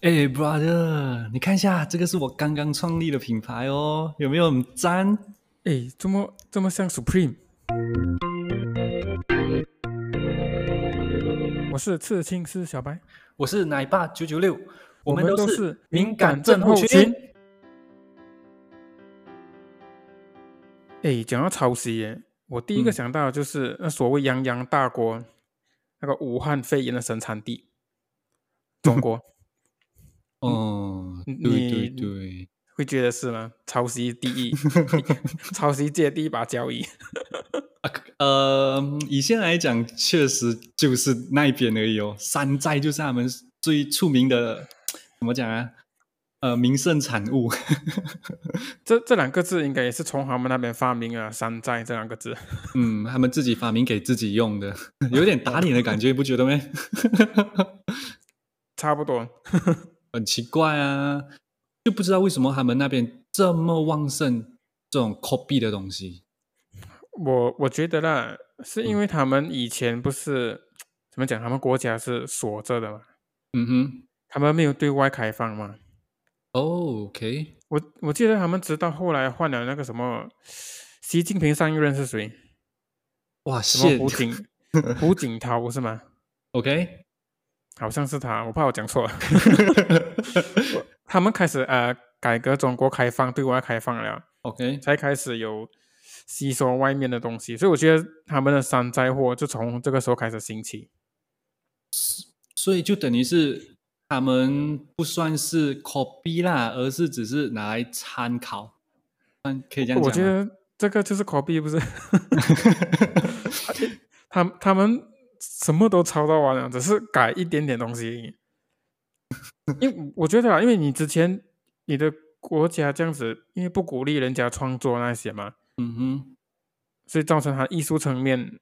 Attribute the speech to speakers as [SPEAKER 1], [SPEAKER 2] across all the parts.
[SPEAKER 1] 哎、b r o t h e r 你看一下，这个是我刚刚创立的品牌哦，有没有很赞？
[SPEAKER 2] 哎，这么这么像 Supreme。我是刺青师小白，
[SPEAKER 1] 我是奶爸九九六，
[SPEAKER 2] 我们都是
[SPEAKER 1] 敏
[SPEAKER 2] 敏
[SPEAKER 1] 感
[SPEAKER 2] 感
[SPEAKER 1] 症
[SPEAKER 2] 症
[SPEAKER 1] 候
[SPEAKER 2] 候
[SPEAKER 1] 群
[SPEAKER 2] 群。哎，讲到抄袭耶，我第一个
[SPEAKER 1] 嗯
[SPEAKER 2] 想到的就是那所谓泱泱大国，那个武汉肺炎的生产地，中国，
[SPEAKER 1] 哦，
[SPEAKER 2] 嗯
[SPEAKER 1] 对对
[SPEAKER 2] 你
[SPEAKER 1] 对，
[SPEAKER 2] 会觉得是吗？抄袭第一，抄袭界第一把交椅。
[SPEAKER 1] 啊，可呃，以现在来讲，确实就是那一边而已哦。山寨就是他们最出名的，怎么讲啊？呃，名胜产物。
[SPEAKER 2] 这这两个字应该也是从他们那边发明啊，山寨这两个字。
[SPEAKER 1] 嗯，他们自己发明给自己用的， 有点打脸的感觉，你不觉得吗？
[SPEAKER 2] 差不多，
[SPEAKER 1] 很奇怪啊，就不知道为什么他们那边这么旺盛这种 copy 的东西。
[SPEAKER 2] 我我觉得啦，是因
[SPEAKER 1] 嗯
[SPEAKER 2] 为他们以前不是怎么讲，他们国家是锁着的嘛，
[SPEAKER 1] 嗯哼
[SPEAKER 2] 他们没有对外开放嘛。
[SPEAKER 1] 哦，OK，
[SPEAKER 2] 我我记得他们直到后来换了那个什么，习近平上一任是谁？
[SPEAKER 1] 哇，
[SPEAKER 2] 什
[SPEAKER 1] 谢
[SPEAKER 2] 么 胡锦胡锦涛是吗？
[SPEAKER 1] ，OK，
[SPEAKER 2] 好像是他，我怕我讲错了。 他们开始呃改革中国开放，对外开放了，
[SPEAKER 1] OK，
[SPEAKER 2] 才开始有吸收外面的东西，所以我觉得他们的山寨货就从这个时候开始兴起。
[SPEAKER 1] 所以就等于是他们不算是 copy 啦，而是只是拿来参考。嗯，可以这样
[SPEAKER 2] 我
[SPEAKER 1] 讲吗？
[SPEAKER 2] 觉得这个就是 copy，不是？ 他他们什么都抄到完了，只是改一点点东西而已。因为我觉得啊，因为你之前你的国家这样子，因为不鼓励人家创作那些嘛，
[SPEAKER 1] 嗯哼，
[SPEAKER 2] 所以造成他艺术层面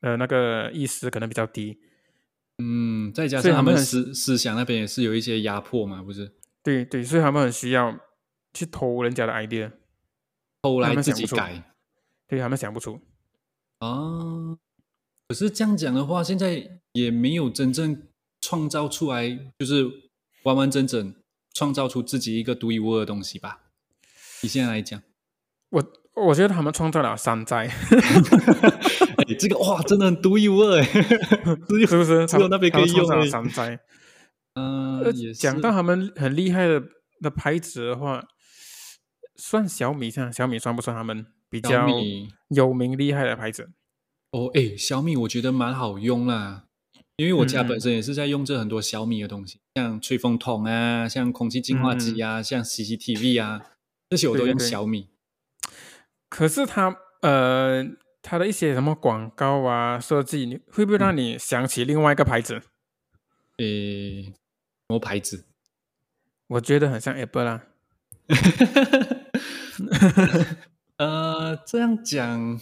[SPEAKER 2] 的那个意识可能比较低。
[SPEAKER 1] 嗯，再加上
[SPEAKER 2] 所以
[SPEAKER 1] 他
[SPEAKER 2] 他们
[SPEAKER 1] 们
[SPEAKER 2] 很
[SPEAKER 1] 思思想那边也是有一些压迫嘛，不是？
[SPEAKER 2] 对对，所以他们很需要去偷人家的 idea，
[SPEAKER 1] 后
[SPEAKER 2] 他
[SPEAKER 1] 来
[SPEAKER 2] 们
[SPEAKER 1] 自
[SPEAKER 2] 想
[SPEAKER 1] 己
[SPEAKER 2] 不出
[SPEAKER 1] 改。
[SPEAKER 2] 对他们想不出。
[SPEAKER 1] 啊，可是这样讲的话，现在也没有真正创造出来，就是完完整整创造出自己一个独一无二的东西吧？以现在来讲，
[SPEAKER 2] 我我觉得他们创造了山寨，
[SPEAKER 1] 哎，这个哇，真的很独一无二，哎，只有
[SPEAKER 2] 是不是？
[SPEAKER 1] 只有那边可以用
[SPEAKER 2] 他
[SPEAKER 1] 而
[SPEAKER 2] 们
[SPEAKER 1] 已。
[SPEAKER 2] 创造 了山寨。
[SPEAKER 1] 嗯、
[SPEAKER 2] 呃
[SPEAKER 1] 也，
[SPEAKER 2] 讲
[SPEAKER 1] 是
[SPEAKER 2] 到他们很厉害的的牌子的话，算小米像小米算不算他们比
[SPEAKER 1] 小
[SPEAKER 2] 较
[SPEAKER 1] 米
[SPEAKER 2] 有名厉害的牌子？
[SPEAKER 1] 哦，哎，小米我觉得蛮好用啦，因为我家
[SPEAKER 2] 嗯嗯
[SPEAKER 1] 本身也是在用这很多小米的东西，像吹风筒啊，像空气净化机啊，像 CCTV 啊，这些我
[SPEAKER 2] 嗯对
[SPEAKER 1] 都
[SPEAKER 2] 对
[SPEAKER 1] 用
[SPEAKER 2] 对
[SPEAKER 1] 小米。
[SPEAKER 2] 可是它呃，它的一些什么广告啊设计，你会不会让你想起另外一个牌子？
[SPEAKER 1] 诶，什么牌呃子？
[SPEAKER 2] 我觉得很像 Apple 啊啦。
[SPEAKER 1] 呃，这样讲，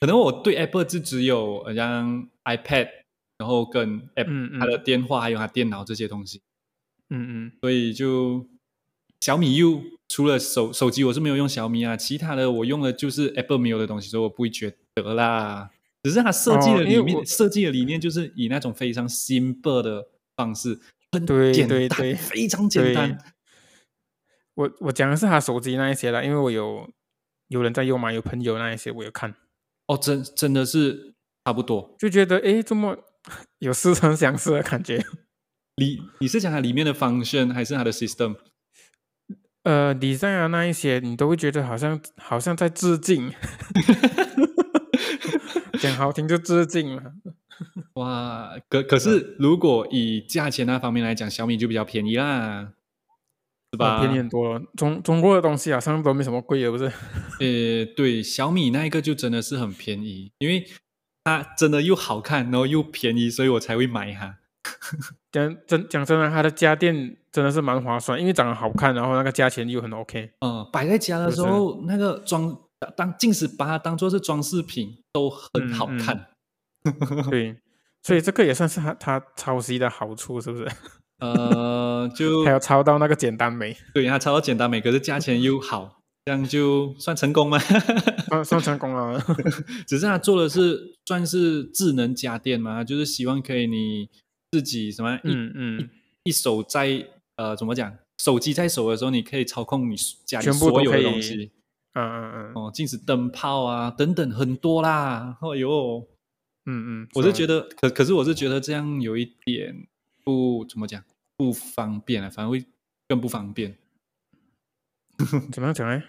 [SPEAKER 1] 可能我对 Apple 就只有好像 iPad，然后跟 App、
[SPEAKER 2] 嗯嗯
[SPEAKER 1] 它的电话还有它电脑这些东西，
[SPEAKER 2] 嗯嗯，
[SPEAKER 1] 所以就小米 U 除了手手机我是没有用小米啊，其他的我用的就是 Apple 没有的东西，所以我不会觉得啦。只是它设计
[SPEAKER 2] 哦
[SPEAKER 1] 的
[SPEAKER 2] 因为
[SPEAKER 1] 理念，
[SPEAKER 2] 我
[SPEAKER 1] 设计的理念就是以那种非常 simple 的方式，很
[SPEAKER 2] 对
[SPEAKER 1] 简单，
[SPEAKER 2] 对对
[SPEAKER 1] 非常简
[SPEAKER 2] 对
[SPEAKER 1] 单。
[SPEAKER 2] 我我讲的是他手机那一些啦，因为我有有人在用嘛，有朋友那一些我有看，
[SPEAKER 1] 哦，真真的是差不多。
[SPEAKER 2] 就觉得诶，这么有似曾相识的 感觉。
[SPEAKER 1] 里你是讲它里面的 function 还是它的 system？
[SPEAKER 2] 呃，design 啊那一些，你都会觉得好像好像在 致敬，讲好听就致敬了。
[SPEAKER 1] 哇，可可是如果以价钱那方面来讲，小米就比较便宜啦，是吧？
[SPEAKER 2] 哦便宜很多了。中中国的东西好像都没什么贵的，不是？
[SPEAKER 1] 呃，对，小米那一个就真的是很便宜，因为它真的又好看，然后又便宜，所以我才会买它。
[SPEAKER 2] 讲真讲真的，它的家电真的是蛮划算，因为长得好看，然后那个价钱又 很 OK。
[SPEAKER 1] 嗯，摆在家的时候，那个装当即使把它当做是装饰品，都很好
[SPEAKER 2] 嗯嗯
[SPEAKER 1] 看。
[SPEAKER 2] 对，所以这个也算是它它抄袭的好处，是不是？
[SPEAKER 1] 呃，就
[SPEAKER 2] 它要抄到那个简单美，
[SPEAKER 1] 对它超简单美，可是价钱又好，这样就算成功吗？
[SPEAKER 2] 算算成功 了。
[SPEAKER 1] 只是他做的是算是智能
[SPEAKER 2] 嗯
[SPEAKER 1] 家电嘛，就是希望可以你自己什么一、
[SPEAKER 2] 嗯嗯，
[SPEAKER 1] 一手在呃怎么讲，手机在手的时候，你可以操控你家里
[SPEAKER 2] 全部都
[SPEAKER 1] 所有的
[SPEAKER 2] 可以
[SPEAKER 1] 东西
[SPEAKER 2] 嗯嗯嗯
[SPEAKER 1] 哦，禁止灯泡啊等等很多啦。哦哟，
[SPEAKER 2] 嗯嗯，
[SPEAKER 1] 我是觉得，可可是我是觉得这样有一点不怎么讲不方便啊，反而会更不方便。
[SPEAKER 2] 得怎么样讲呢？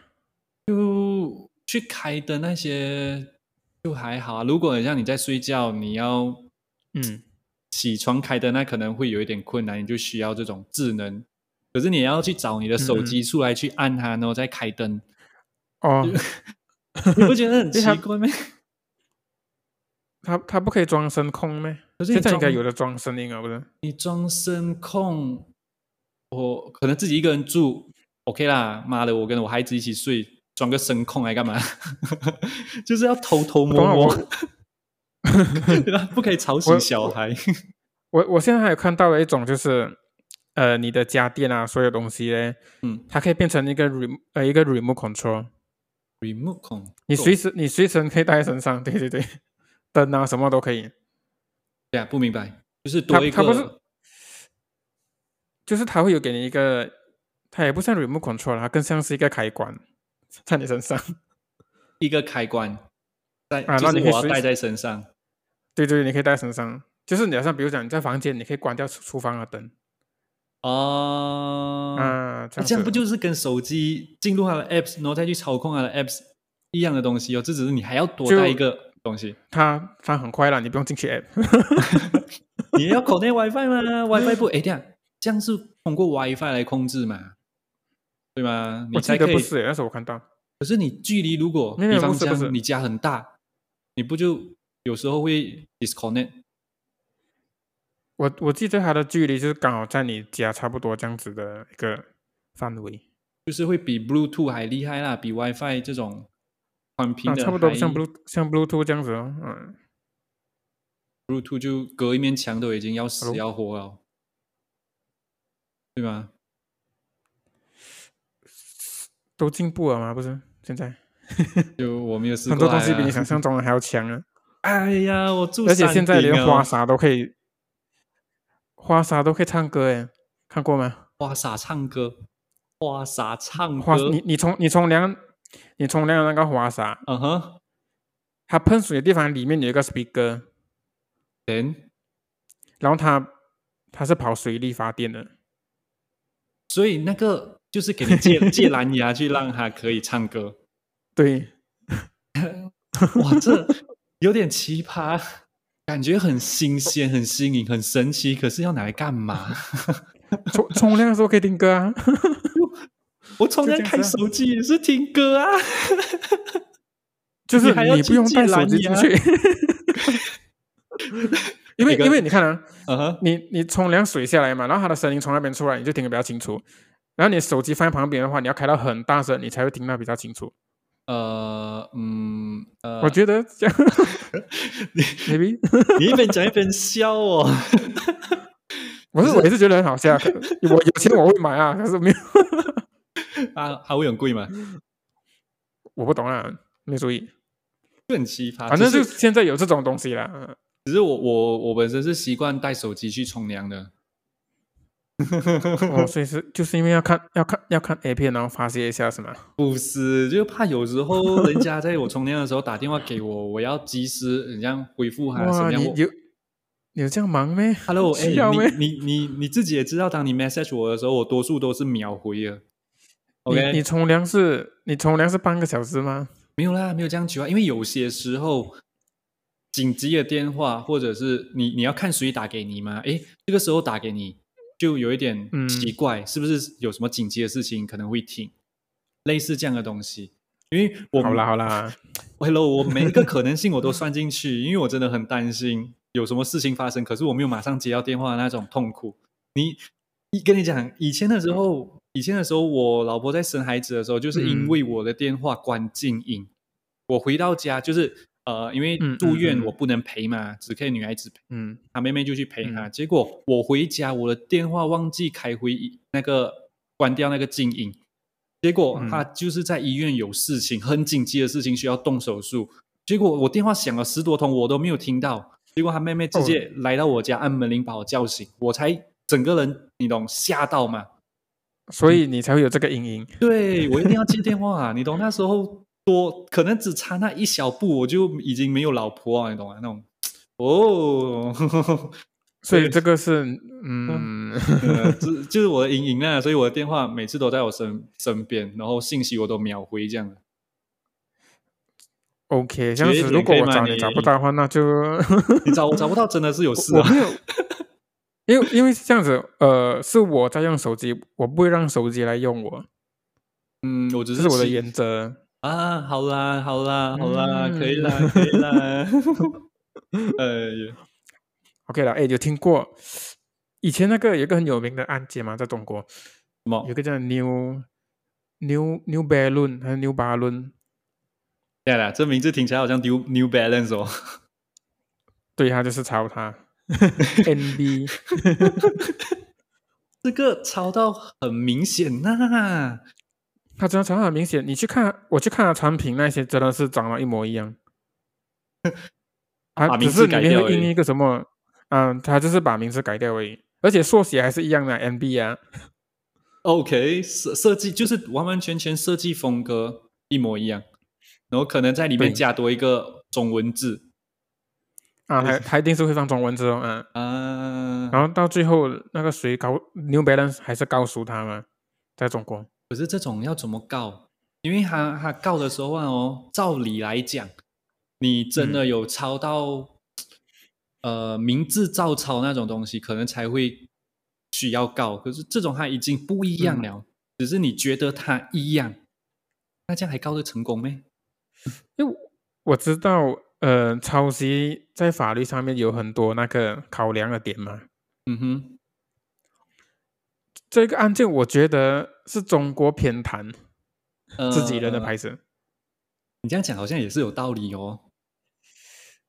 [SPEAKER 1] 就去开灯那些就还好啊。如果很像你在睡觉，你要
[SPEAKER 2] 嗯
[SPEAKER 1] 起床开灯，那可能会有一点困难，你就需要这种智能。可是你也要去找你的手
[SPEAKER 2] 嗯
[SPEAKER 1] 机出来去按它，然后再开 灯，
[SPEAKER 2] 哦，
[SPEAKER 1] 你不觉得很奇
[SPEAKER 2] 因为它
[SPEAKER 1] 怪吗？
[SPEAKER 2] 它它不可以装声控咩？
[SPEAKER 1] 可是你
[SPEAKER 2] 现在应该
[SPEAKER 1] 装
[SPEAKER 2] 有的装声音啊，不是？
[SPEAKER 1] 你装声控，我可能自己一个人住，OK 啦。妈的，我跟我孩子一起睡，装个声控来干嘛？ 就是要偷偷摸
[SPEAKER 2] 懂了，
[SPEAKER 1] 摸
[SPEAKER 2] 我，
[SPEAKER 1] 对啊吧不可以吵
[SPEAKER 2] 我
[SPEAKER 1] 醒小 孩。
[SPEAKER 2] 我我现在还有看到了一种，就是呃，你的家电啊，所有东西嘞，
[SPEAKER 1] 嗯
[SPEAKER 2] 它可以变成一个 rem 呃一个 remote control，
[SPEAKER 1] ，remote control，
[SPEAKER 2] 你随时你随身可以带在身上，对对对，灯啊什么都可以，
[SPEAKER 1] 对啊，不明白，就是
[SPEAKER 2] 它
[SPEAKER 1] 多一
[SPEAKER 2] 它不是
[SPEAKER 1] 个，
[SPEAKER 2] 就是它会有给你一个，它也不像 remote control，它更像是一个开关在你身上，
[SPEAKER 1] 一个开关，在、
[SPEAKER 2] 啊
[SPEAKER 1] 就
[SPEAKER 2] 那你
[SPEAKER 1] 是
[SPEAKER 2] 可以
[SPEAKER 1] 我要
[SPEAKER 2] 随
[SPEAKER 1] 带
[SPEAKER 2] 时
[SPEAKER 1] 在身上。
[SPEAKER 2] 对对，你可以带在身上，就是你好像比如讲你在房间，你可以关掉厨厨房的灯
[SPEAKER 1] 哦、
[SPEAKER 2] 啊，
[SPEAKER 1] 那
[SPEAKER 2] 这样
[SPEAKER 1] 这样
[SPEAKER 2] 子
[SPEAKER 1] 不就是跟手机进入它的 apps，然后再去操控它的 apps 一样的东西哦？这只是你还要多
[SPEAKER 2] 就
[SPEAKER 1] 带一个东 西。
[SPEAKER 2] 它它很快了，你不用进去 app。
[SPEAKER 1] 你要 connect WiFi 吗？WiFi 不？哎，这样这样是通过 WiFi 来控制嘛？对吗？你
[SPEAKER 2] 我记
[SPEAKER 1] 才
[SPEAKER 2] 得
[SPEAKER 1] 可以
[SPEAKER 2] 不。是耶，欸那时候我看到，
[SPEAKER 1] 可是你距离如果
[SPEAKER 2] 没有
[SPEAKER 1] 比方
[SPEAKER 2] 不是不是
[SPEAKER 1] 讲你家很大，你不就有时候会 disconnect？
[SPEAKER 2] 我我记得它的距离就是刚好在你家差不多这样子的一个范围，
[SPEAKER 1] 就是会比 Bluetooth 还厉害啦，比 WiFi 这种宽频
[SPEAKER 2] 啊，
[SPEAKER 1] 的、
[SPEAKER 2] 差不多像 blue 像 Bluetooth 这样子哦，嗯，
[SPEAKER 1] Bluetooth 就隔一面墙都已经要死
[SPEAKER 2] Hello？
[SPEAKER 1] 要活了，对吗？
[SPEAKER 2] 都进步了吗？不是，现在
[SPEAKER 1] 就我没有试过、
[SPEAKER 2] 很
[SPEAKER 1] 啊，
[SPEAKER 2] 多东西比你想象中的还要强 啊，
[SPEAKER 1] 哎呀，我住
[SPEAKER 2] 而且
[SPEAKER 1] 山
[SPEAKER 2] 现在
[SPEAKER 1] 顶
[SPEAKER 2] 连
[SPEAKER 1] 哦
[SPEAKER 2] 花洒都可以，花洒都可以唱歌诶，看过吗？
[SPEAKER 1] 花洒唱歌，花洒唱
[SPEAKER 2] 花
[SPEAKER 1] 歌，
[SPEAKER 2] 你你冲你冲凉，你冲凉的那个花洒，
[SPEAKER 1] 嗯哼，
[SPEAKER 2] 它喷水的地方里面有一个 speaker，
[SPEAKER 1] 人，
[SPEAKER 2] 然后它它是跑水力发电的，
[SPEAKER 1] 所以那个就是给你借 借蓝牙去让它可以唱歌，
[SPEAKER 2] 对，
[SPEAKER 1] 哇，这有点奇葩，感觉很新鲜、很新颖、很神奇，可是要拿来干 嘛？
[SPEAKER 2] 冲冲凉的时候可以听歌啊。
[SPEAKER 1] 我从来
[SPEAKER 2] 就这样
[SPEAKER 1] 开
[SPEAKER 2] 子啊
[SPEAKER 1] 手机也是听歌啊，
[SPEAKER 2] 就是
[SPEAKER 1] 你还要
[SPEAKER 2] 你
[SPEAKER 1] 去
[SPEAKER 2] 不用
[SPEAKER 1] 借
[SPEAKER 2] 带手
[SPEAKER 1] 蓝
[SPEAKER 2] 机进
[SPEAKER 1] 牙
[SPEAKER 2] 去，因为
[SPEAKER 1] 那个
[SPEAKER 2] 因为你看啊，
[SPEAKER 1] 嗯哼，
[SPEAKER 2] 你你冲凉水下来嘛，然后它的声音从那边出来，你就听得比较清楚。然后你手机放在旁边的话，你要开到很大声，你才会听到比较清楚。
[SPEAKER 1] 呃，嗯，呃，
[SPEAKER 2] 我觉得 这样，maybe
[SPEAKER 1] 你一边讲一边笑哦，
[SPEAKER 2] 我是我也是觉得很好笑。可啊我有钱我会买啊，可是没有，
[SPEAKER 1] 啊，还会很贵吗？
[SPEAKER 2] 我不懂啊，没注意。
[SPEAKER 1] 就很奇葩，
[SPEAKER 2] 反正
[SPEAKER 1] 只
[SPEAKER 2] 就是现在有这种东西啦。嗯
[SPEAKER 1] 只是我我我本身是习惯带手机去冲凉的，
[SPEAKER 2] 哦，所以是就是因为要看要看要看 A 片，然后发泄一下是吗？
[SPEAKER 1] 不是，就怕有时候人家在我冲凉的时候打电话给我，我要及时人家回复他什
[SPEAKER 2] 哇，
[SPEAKER 1] 么啊样
[SPEAKER 2] 你
[SPEAKER 1] 我。
[SPEAKER 2] 有你有这样忙咩
[SPEAKER 1] Hello，哎、
[SPEAKER 2] 需要咩？
[SPEAKER 1] 你你你你自己也知道，当你 message 我的时候，我多数都是秒回的。OK，
[SPEAKER 2] 你你冲凉是，你冲凉是半个小时吗？
[SPEAKER 1] 没有啦，没有这样久啊，因为有些时候紧急的电话，或者是你你要看谁打给你嘛，诶，这个时候打给你就有一点
[SPEAKER 2] 嗯
[SPEAKER 1] 奇怪，是不是有什么紧急的事情可能会停？类似这样的东西，因为我
[SPEAKER 2] 好啦好啦，
[SPEAKER 1] ，Hello，我每一个可能性我都算进去，因为我真的很担心有什么事情发生，可是我没有马上接到电话的那种痛苦。你，你跟你讲，以前的时候，以前的时候，我老婆在生孩子的时候，就是因
[SPEAKER 2] 嗯
[SPEAKER 1] 为我的电话关静音，我回到家就是呃，因为
[SPEAKER 2] 嗯
[SPEAKER 1] 住
[SPEAKER 2] 嗯
[SPEAKER 1] 院
[SPEAKER 2] 嗯
[SPEAKER 1] 我不能陪嘛，只可以女孩子陪，
[SPEAKER 2] 嗯，
[SPEAKER 1] 她妹妹就去陪她。结果我回家，我的电话忘记开回那个关掉那个静音，结果
[SPEAKER 2] 嗯
[SPEAKER 1] 她就是在医院有事情，很紧急的事情需要动手术。结果我电话响了十多通，我都没有听到。结果她妹妹直接来到我家按门铃把我叫醒，我才整个人你懂吓到吗？
[SPEAKER 2] 所以你才会有这个阴影。
[SPEAKER 1] 对我一定要接电话、啊你懂？那时候多可能只差那一小步，我就已经没有老婆啊，你懂吗？那种哦，
[SPEAKER 2] 所以
[SPEAKER 1] 对
[SPEAKER 2] 这个是，嗯，
[SPEAKER 1] 呃这就是我的阴影啊，所以我的电话每次都在我身身边，然后信息我都秒回这样的。
[SPEAKER 2] OK，这样
[SPEAKER 1] 学
[SPEAKER 2] 子，
[SPEAKER 1] 姐
[SPEAKER 2] 如果
[SPEAKER 1] 可以
[SPEAKER 2] 我
[SPEAKER 1] 吗
[SPEAKER 2] 找你
[SPEAKER 1] 你
[SPEAKER 2] 找不到的 话，那就
[SPEAKER 1] 你找我找不到，真的是有事
[SPEAKER 2] 我
[SPEAKER 1] 啊！
[SPEAKER 2] 没有， 因为因为是这样子，呃，是我在用手机，我不会让手机来用我，
[SPEAKER 1] 嗯，我只
[SPEAKER 2] 这是我的
[SPEAKER 1] 希
[SPEAKER 2] 原则。
[SPEAKER 1] 啊，好啦，好啦，好啦，可以
[SPEAKER 2] 嗯
[SPEAKER 1] 啦， 可以啦。呃，
[SPEAKER 2] OK 了，哎，有听过以前那个有一个很有名的案件嘛，在中国
[SPEAKER 1] 什么
[SPEAKER 2] 有一？个叫 New New New Balloon 还是 New Balloon，
[SPEAKER 1] 对啦，这名字听起来好像 New New Balance 哦。
[SPEAKER 2] 对他就是 抄他 NB。
[SPEAKER 1] 这个抄到很明显呐、
[SPEAKER 2] 他真的长得很明显，你去看，我去看他产品那些，真的是长得一模一样。
[SPEAKER 1] 把
[SPEAKER 2] 他 只
[SPEAKER 1] 名
[SPEAKER 2] 是
[SPEAKER 1] 字
[SPEAKER 2] 里
[SPEAKER 1] 改
[SPEAKER 2] 面
[SPEAKER 1] 掉
[SPEAKER 2] 会
[SPEAKER 1] 而
[SPEAKER 2] 印
[SPEAKER 1] 已
[SPEAKER 2] 一个什么，嗯，他就是把名字改掉而已，而且缩写还是一样的 MB 啊。
[SPEAKER 1] OK，设设计就是完完全全设计风格一模一样，然后可能在里面
[SPEAKER 2] 对
[SPEAKER 1] 加多一个中文字
[SPEAKER 2] 啊，还他一定是会放中文字哦，嗯，
[SPEAKER 1] 啊。
[SPEAKER 2] 然后到最后那个谁告 New Balance 还是告诉他嘛，在中国，
[SPEAKER 1] 可是这种要怎么告？因为他他告的时候啊，哦，照理来讲，你真
[SPEAKER 2] 嗯
[SPEAKER 1] 的有抄到、呃名字照抄那种东西，可能才会需要告。可是这种他已经不一样
[SPEAKER 2] 嗯
[SPEAKER 1] 了，只是你觉得他一样，那这样还告得成功咩？
[SPEAKER 2] 因为我知道，呃，抄袭在法律上面有很多那个考量的点嘛，
[SPEAKER 1] 嗯哼，
[SPEAKER 2] 这个案件我觉得是中国偏袒
[SPEAKER 1] 呃
[SPEAKER 2] 自己人的牌子。
[SPEAKER 1] 你这样讲好像也是有道理哦。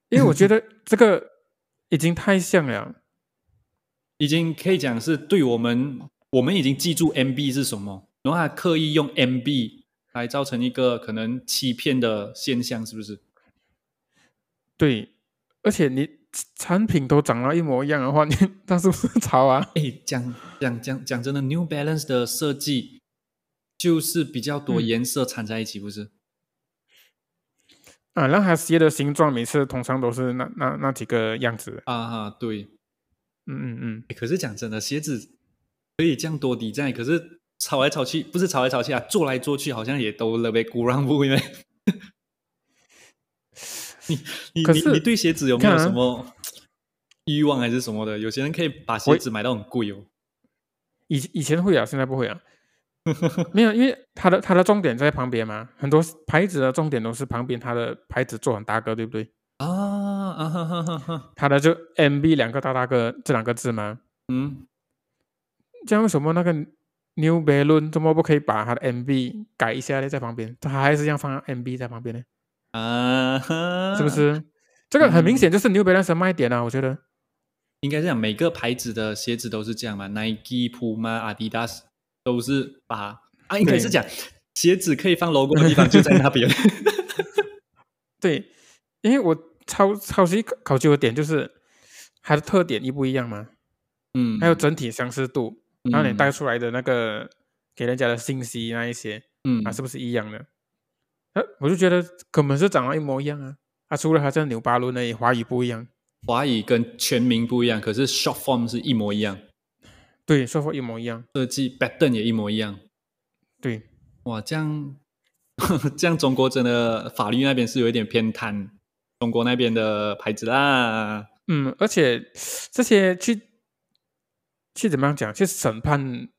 [SPEAKER 2] 因为我觉得这个已经太像了。
[SPEAKER 1] 已经可以讲是对我们，我们已经记住 MB 是什么，然后他刻意用 MB 来造成一个可能欺骗的现象，是不是？
[SPEAKER 2] 对，而且你产品都长得一模一样的话，你那是不是潮啊？
[SPEAKER 1] 哎，讲讲讲讲真的，New Balance 的设计就是比较多
[SPEAKER 2] 嗯
[SPEAKER 1] 颜色掺在一起，不是？
[SPEAKER 2] 啊，让它鞋的形状每次通常都是那那那几个样子。
[SPEAKER 1] 啊哈，对。
[SPEAKER 2] 嗯嗯嗯，
[SPEAKER 1] 诶可是讲真的，鞋子可以这样多 design，可是炒来炒去，不是炒来炒去啊，做来做去，好像也都了呗， 鼓浪不因为。你
[SPEAKER 2] 可
[SPEAKER 1] 你
[SPEAKER 2] 是
[SPEAKER 1] 你你对鞋子有没有
[SPEAKER 2] 看啊
[SPEAKER 1] 什么欲望还是什么的？有些人可以把鞋子买到很贵哦。
[SPEAKER 2] 以以前会啊，现在不会啊。没有，因为它的它的重点在旁边嘛，很多牌子的重点都是旁边它的牌子做很大个，对不对？
[SPEAKER 1] 啊啊哈哈哈哈！
[SPEAKER 2] 它的就 M B 两个大大个这两个字嘛，
[SPEAKER 1] 嗯，
[SPEAKER 2] 这样为什么那个 New Balloon 怎么不可以把它的 MB 改一下呢？在旁边，它还是一样放 MB 在旁边呢？
[SPEAKER 1] 啊哈，
[SPEAKER 2] 是不？是？这个很明
[SPEAKER 1] 嗯
[SPEAKER 2] 显就是 New Balance 的卖点啊，我觉得。
[SPEAKER 1] 应该是讲每个牌子的鞋子都是这样嘛，Nike、Puma、Adidas 都是把啊，应该是
[SPEAKER 2] 对
[SPEAKER 1] 讲鞋子可以放 logo 的地方就在那 边。
[SPEAKER 2] 对，因为我抄抄袭考考究的点就是它的特点一不一样嘛，
[SPEAKER 1] 嗯，
[SPEAKER 2] 还有整体相似度，然后你
[SPEAKER 1] 嗯
[SPEAKER 2] 带出来的那个给人家的信息那一些
[SPEAKER 1] 嗯
[SPEAKER 2] 啊，是不是一样的？呃、我就觉得根本是长得一模一样啊。啊，除了它在纽巴伦那里华语不一样，
[SPEAKER 1] 华语跟全名不一样，可是 short form 是一模一样，
[SPEAKER 2] 对，说法一模一样，
[SPEAKER 1] 设计 pattern 也一模一样。
[SPEAKER 2] 对，
[SPEAKER 1] 哇，这样 这样中国真的法律那边是有一点偏袒中国那边的牌子啦。
[SPEAKER 2] 嗯，而且这些去去怎么样讲，去审判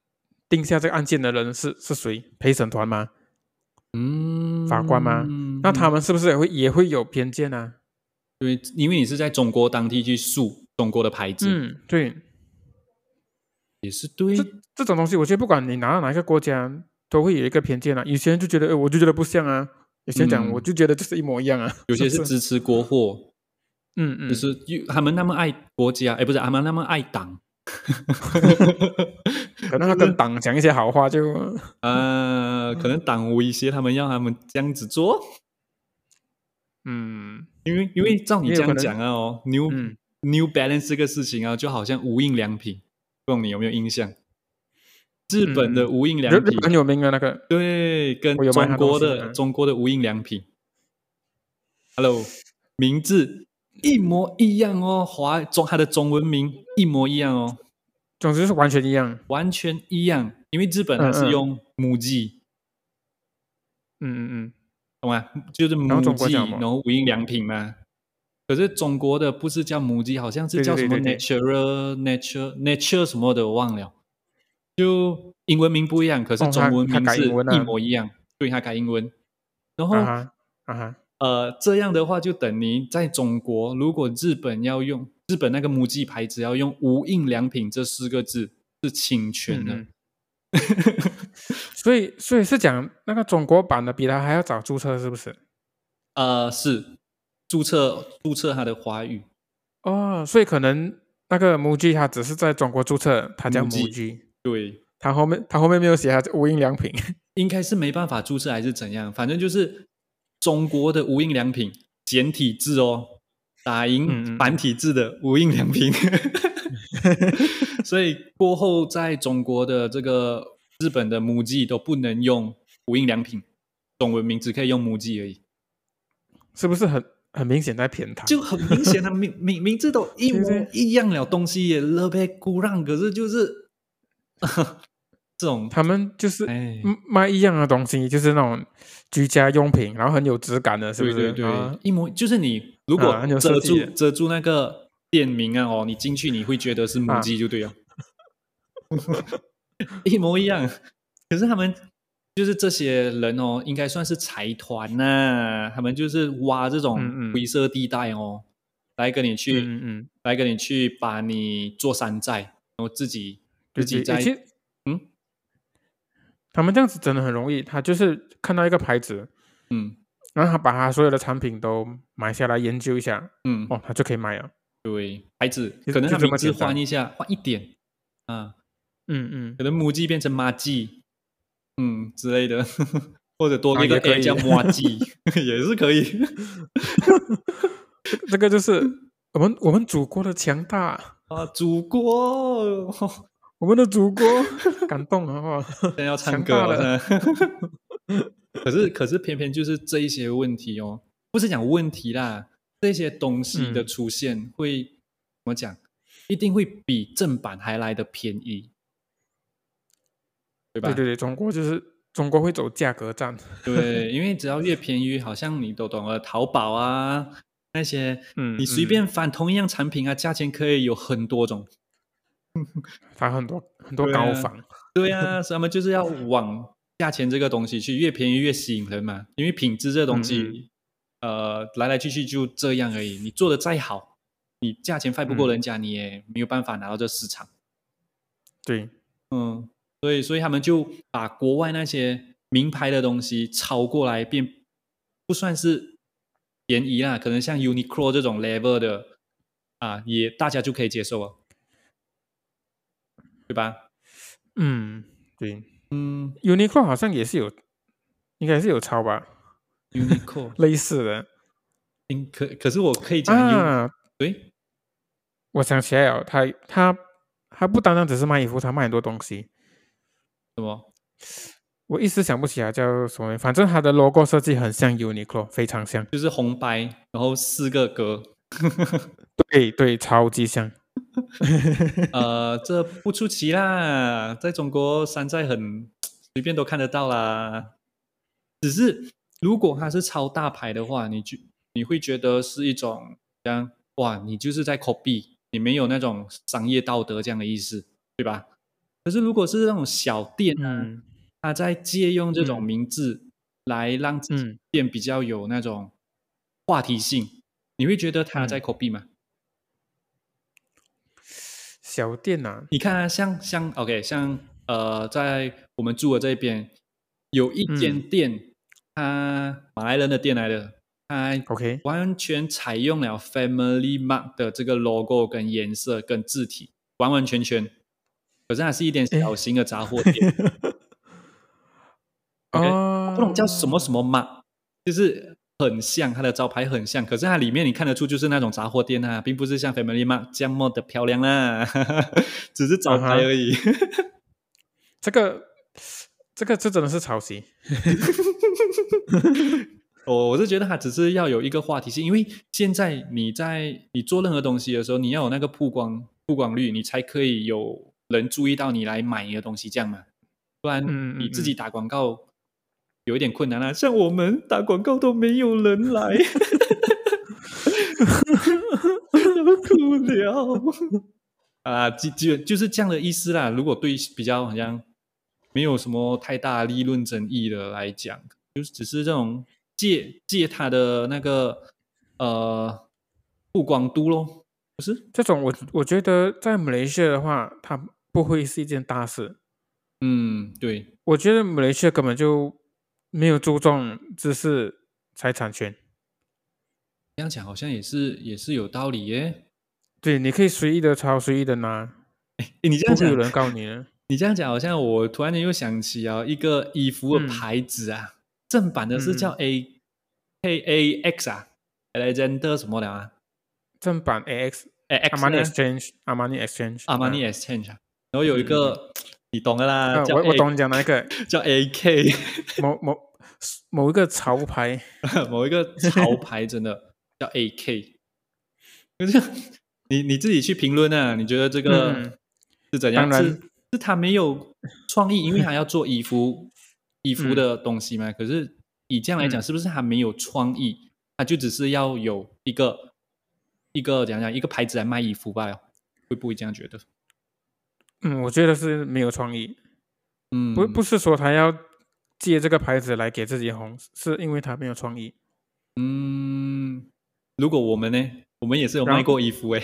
[SPEAKER 2] 定下这个案件的人是是谁？陪审团吗？
[SPEAKER 1] 嗯，
[SPEAKER 2] 法官吗那他们是不是也会也会有偏见啊？
[SPEAKER 1] 因为因为你是在中国当地去诉中国的牌子，
[SPEAKER 2] 嗯，对，
[SPEAKER 1] 也是对
[SPEAKER 2] 这这种东西，我觉得不管你拿到哪一个国家，都会有一个偏见啊。有些人就觉得，哎，我就觉得不像啊；有些人讲，
[SPEAKER 1] 嗯
[SPEAKER 2] 我就觉得就是一模一样啊。
[SPEAKER 1] 有些是
[SPEAKER 2] 是 不是，
[SPEAKER 1] 支持国货，
[SPEAKER 2] 嗯嗯，
[SPEAKER 1] 就是又他们那么爱国家，哎，不是他们那么爱 党。
[SPEAKER 2] 可能他跟党讲一些好话就，
[SPEAKER 1] 呃，可能党威胁他们，要他们这样子做。
[SPEAKER 2] 嗯
[SPEAKER 1] 因为因为照你
[SPEAKER 2] 也
[SPEAKER 1] 这
[SPEAKER 2] 有可
[SPEAKER 1] 样
[SPEAKER 2] 能
[SPEAKER 1] 讲啊，哦，New、
[SPEAKER 2] 嗯
[SPEAKER 1] New Balance 这个事情啊，就好像无印良品，不懂你有没有印象？日本的无印良
[SPEAKER 2] 嗯日
[SPEAKER 1] 品
[SPEAKER 2] 日，本有名的那个，
[SPEAKER 1] 对，跟
[SPEAKER 2] 我有买
[SPEAKER 1] 中
[SPEAKER 2] 它
[SPEAKER 1] 国
[SPEAKER 2] 东西
[SPEAKER 1] 的
[SPEAKER 2] 嗯
[SPEAKER 1] 中国的无印良品，Hello，名字一模一样哦，华中它的中文名一模一样哦，
[SPEAKER 2] 总之是完全一样。
[SPEAKER 1] 完全一样，因为日本它
[SPEAKER 2] 嗯
[SPEAKER 1] 是
[SPEAKER 2] 嗯
[SPEAKER 1] 用母鸡，
[SPEAKER 2] 嗯嗯
[SPEAKER 1] 懂吗？就是母
[SPEAKER 2] 后中国
[SPEAKER 1] 鸡，
[SPEAKER 2] 叫什么
[SPEAKER 1] 然后无印良品嘛。可是中国的不是叫母鸡，好像是
[SPEAKER 2] 对
[SPEAKER 1] 叫
[SPEAKER 2] 对
[SPEAKER 1] 什么
[SPEAKER 2] 对对
[SPEAKER 1] natural nature nature 什么的，我忘了。就英文名不一样，可是
[SPEAKER 2] 哦
[SPEAKER 1] 中
[SPEAKER 2] 它
[SPEAKER 1] 文
[SPEAKER 2] 它
[SPEAKER 1] 名
[SPEAKER 2] 改
[SPEAKER 1] 是
[SPEAKER 2] 英文啊
[SPEAKER 1] 一模一样，对，它改英文。然后
[SPEAKER 2] 嗯，啊哈啊哈，
[SPEAKER 1] 呃，这样的话就等于在中国，如果日本要用日本那个母鸡牌子要用无印良品这四个字是侵权
[SPEAKER 2] 嗯
[SPEAKER 1] 的，
[SPEAKER 2] 嗯。 所以所以是讲那个中国版的比他还要早注册是不是？嗯
[SPEAKER 1] 呃，是注册注册它的华语，
[SPEAKER 2] 哦，所以可能那个母鸡它只是在中国注册，它叫母
[SPEAKER 1] 母鸡
[SPEAKER 2] 鸡，
[SPEAKER 1] 对，
[SPEAKER 2] 它后面它后面没有写它叫无印良品。
[SPEAKER 1] 应该是没办法注册还是怎样，反正就是中国的无印良品简体字哦，打
[SPEAKER 2] 嗯
[SPEAKER 1] 赢
[SPEAKER 2] 嗯
[SPEAKER 1] 繁体字的无印良 品，所以过后在中国的这个日本的母鸡都不能用无印良品，中文名只可以用母鸡而已，
[SPEAKER 2] 是不是很很明显在骗他？
[SPEAKER 1] 就很明显的名名名字都一模
[SPEAKER 2] 对对
[SPEAKER 1] 一样了，东西也勒被姑让，可是就是 这种
[SPEAKER 2] 他们就是
[SPEAKER 1] 哎。
[SPEAKER 2] 嗯卖一样的东西，就是那种居家用品，然后很有质感的，是不
[SPEAKER 1] 对
[SPEAKER 2] 是？
[SPEAKER 1] 对对，
[SPEAKER 2] 啊
[SPEAKER 1] 一模就是你如果
[SPEAKER 2] 啊很有
[SPEAKER 1] 遮
[SPEAKER 2] 设
[SPEAKER 1] 住、
[SPEAKER 2] 计的
[SPEAKER 1] 遮住那个店名啊，哦，你进去你会觉得是
[SPEAKER 2] 啊
[SPEAKER 1] 母鸡就对了， 一模一样。可是他们就是这些人哦，应该算是财团呐、他们就是挖这
[SPEAKER 2] 嗯
[SPEAKER 1] 种
[SPEAKER 2] 嗯
[SPEAKER 1] 灰色地带哦，来跟你去、
[SPEAKER 2] 嗯嗯嗯，
[SPEAKER 1] 来跟你去把你做山寨，然后自己
[SPEAKER 2] 对
[SPEAKER 1] 自己
[SPEAKER 2] 对，
[SPEAKER 1] 在
[SPEAKER 2] 诶其实
[SPEAKER 1] 嗯，
[SPEAKER 2] 他们这样子真的很容易，他就是看到一个牌子，
[SPEAKER 1] 嗯
[SPEAKER 2] 然后他把他所有的产品都买下来研究一下，
[SPEAKER 1] 嗯
[SPEAKER 2] 哦，他就可以买了。
[SPEAKER 1] 对，牌子
[SPEAKER 2] 就
[SPEAKER 1] 可能
[SPEAKER 2] 就
[SPEAKER 1] 他
[SPEAKER 2] 这
[SPEAKER 1] 名
[SPEAKER 2] 么
[SPEAKER 1] 字
[SPEAKER 2] 简单
[SPEAKER 1] 换一下，换一点啊。
[SPEAKER 2] 嗯嗯
[SPEAKER 1] 可能母鸡变成麻鸡，嗯之类的， 或者多
[SPEAKER 2] 啊
[SPEAKER 1] 一个
[SPEAKER 2] 也可
[SPEAKER 1] A
[SPEAKER 2] 以
[SPEAKER 1] 叫麻 鸡，也是可以。
[SPEAKER 2] 这个就是我们我们祖国的强大，
[SPEAKER 1] 啊，祖国，
[SPEAKER 2] 我们的 祖国感动了哦。
[SPEAKER 1] 现在要唱
[SPEAKER 2] 强
[SPEAKER 1] 歌
[SPEAKER 2] 大
[SPEAKER 1] 了。现在 可是，可是偏偏就是这一些问题哦，不是讲问题啦，这些东西的
[SPEAKER 2] 嗯
[SPEAKER 1] 出现会、怎么讲？一定会比正版还来的便宜，对吧？
[SPEAKER 2] 对对对，中国就是中国会走价格战，
[SPEAKER 1] 对，因为只要越便宜，好像你都懂了，淘宝啊那些，
[SPEAKER 2] 嗯
[SPEAKER 1] 你随
[SPEAKER 2] 嗯
[SPEAKER 1] 便翻同一样产品啊，价钱可以有很多种。
[SPEAKER 2] 它很多很多
[SPEAKER 1] 对
[SPEAKER 2] 高
[SPEAKER 1] 啊
[SPEAKER 2] 仿。
[SPEAKER 1] 对啊，所以他们就是要往价钱这个东西去，越便宜越吸引人嘛。因为品质这东
[SPEAKER 2] 嗯
[SPEAKER 1] 西，呃，来来去去就这样而已。你做的再好，你价钱卖不过
[SPEAKER 2] 嗯
[SPEAKER 1] 人家，你也没有办法拿到这市场。
[SPEAKER 2] 对，
[SPEAKER 1] 嗯，所以所以他们就把国外那些名牌的东西抄过来，变不算是便宜啦，可能像 Uniqlo 这种 level 的啊，也大家就可以接受啊，对吧？
[SPEAKER 2] 嗯，对
[SPEAKER 1] 嗯
[SPEAKER 2] ，Uniqlo 好像也是有，应该是有抄吧，
[SPEAKER 1] ，Uniqlo，
[SPEAKER 2] 类似的
[SPEAKER 1] 嗯可可是我可以讲 U，、
[SPEAKER 2] 啊。
[SPEAKER 1] 对，
[SPEAKER 2] 我想起来了，他他他不单单只是卖衣服，他卖很多东西。
[SPEAKER 1] 什么？
[SPEAKER 2] 我一时想不起来叫什么，反正它的 logo 设计很像 Uniqlo，非常像。
[SPEAKER 1] 就是红白，然后四个格，
[SPEAKER 2] 对对，超级像。
[SPEAKER 1] 呃，这不出奇啦，在中国山寨很随便都看得到啦。只是如果它是超大牌的话，你就你会觉得是一种这样哇，你就是在 copy，你没有那种商业道德这样的意思，对吧？可是如果是那种小店啊，
[SPEAKER 2] 嗯
[SPEAKER 1] 它在借用这种
[SPEAKER 2] 嗯
[SPEAKER 1] 名字来让自己
[SPEAKER 2] 嗯，
[SPEAKER 1] 店比较有那种话题性，你会觉得它在
[SPEAKER 2] 嗯
[SPEAKER 1] copy 吗？
[SPEAKER 2] 小店呐、啊，
[SPEAKER 1] 你看、啊，像像 OK，像呃，在我们住的这边有一间
[SPEAKER 2] 嗯
[SPEAKER 1] 店，它马来人的店来的，它
[SPEAKER 2] OK，
[SPEAKER 1] 完全采用了 Family Mart 的这个 logo、跟颜色、跟字体，完完全全。可是它是一点
[SPEAKER 2] 诶
[SPEAKER 1] 小型的杂货店 ，OK，啊
[SPEAKER 2] 哦，
[SPEAKER 1] 不懂叫什么什么 Mart，就是很像，它的招牌很像，可是它里面你看得出就是那种杂货店啊，并不是像 Family Mart 这么的漂亮啦， 只是招
[SPEAKER 2] 啊
[SPEAKER 1] 牌而已。
[SPEAKER 2] 这个这个这真的是抄袭。
[SPEAKER 1] 我我是觉得它只是要有一个话题性，因为现在你在你做任何东西的时候，你要有那个曝光曝光率，你才可以有人注意到你来买你的东西，这样嘛？不
[SPEAKER 2] 嗯嗯
[SPEAKER 1] 然你自己
[SPEAKER 2] 嗯
[SPEAKER 1] 打广告有一点困难啦、像我们打广告都没有人来， 好苦了 啊！基基本就是这样的意思啦。如果对比较好像没有什么太大利润争议的来讲，就是只是这种借借它的那个呃曝光度咯，不是？
[SPEAKER 2] 这种我我觉得在马来西亚的话，它不会是一件大事。
[SPEAKER 1] 嗯，对，
[SPEAKER 2] 我觉得马来西亚根本就没有注重知识财产权。
[SPEAKER 1] 这样讲好像也是也是有道理耶。
[SPEAKER 2] 对，你可以随意的抄，随意的拿，
[SPEAKER 1] 诶你这样
[SPEAKER 2] 不会
[SPEAKER 1] 讲
[SPEAKER 2] 有，人告你的。
[SPEAKER 1] 你这样讲，好像我突然间又想起啊，一个衣服的
[SPEAKER 2] 嗯
[SPEAKER 1] 牌子啊，正版的是
[SPEAKER 2] 嗯
[SPEAKER 1] 叫 A、K A X 啊，Alexander 什么的啊，
[SPEAKER 2] 正 版 AX
[SPEAKER 1] 哎
[SPEAKER 2] 阿
[SPEAKER 1] X
[SPEAKER 2] 玛尼
[SPEAKER 1] 呢
[SPEAKER 2] Exchange 嗯阿玛尼 Exchange
[SPEAKER 1] 阿玛尼 Exchange，啊然后有一个你懂的
[SPEAKER 2] 嗯
[SPEAKER 1] 啦，
[SPEAKER 2] 啊
[SPEAKER 1] 呃叫哎
[SPEAKER 2] 我我
[SPEAKER 1] A-
[SPEAKER 2] 懂你讲哪 一个
[SPEAKER 1] 叫 A K
[SPEAKER 2] 某某某一个潮牌，
[SPEAKER 1] 某一个潮牌，真的叫 A K，就是你你自己去评论啊，你觉得这
[SPEAKER 2] 嗯
[SPEAKER 1] 个是怎样？
[SPEAKER 2] 当然
[SPEAKER 1] 是是他没有创意，因为他要做衣 服衣服的东西嘛。可是以这样来讲，
[SPEAKER 2] 嗯
[SPEAKER 1] 是不是他没有创意？他就只是要有一个一个怎样讲一个牌子来卖衣服罢了，会不会这样觉得？
[SPEAKER 2] 嗯，我觉得是没有创意，
[SPEAKER 1] 嗯，
[SPEAKER 2] 不不是说他要借这个牌子来给自己红，是因为他没有创意。
[SPEAKER 1] 嗯，如果我们呢，我们也是有
[SPEAKER 2] 然
[SPEAKER 1] 卖
[SPEAKER 2] 后
[SPEAKER 1] 过衣服诶、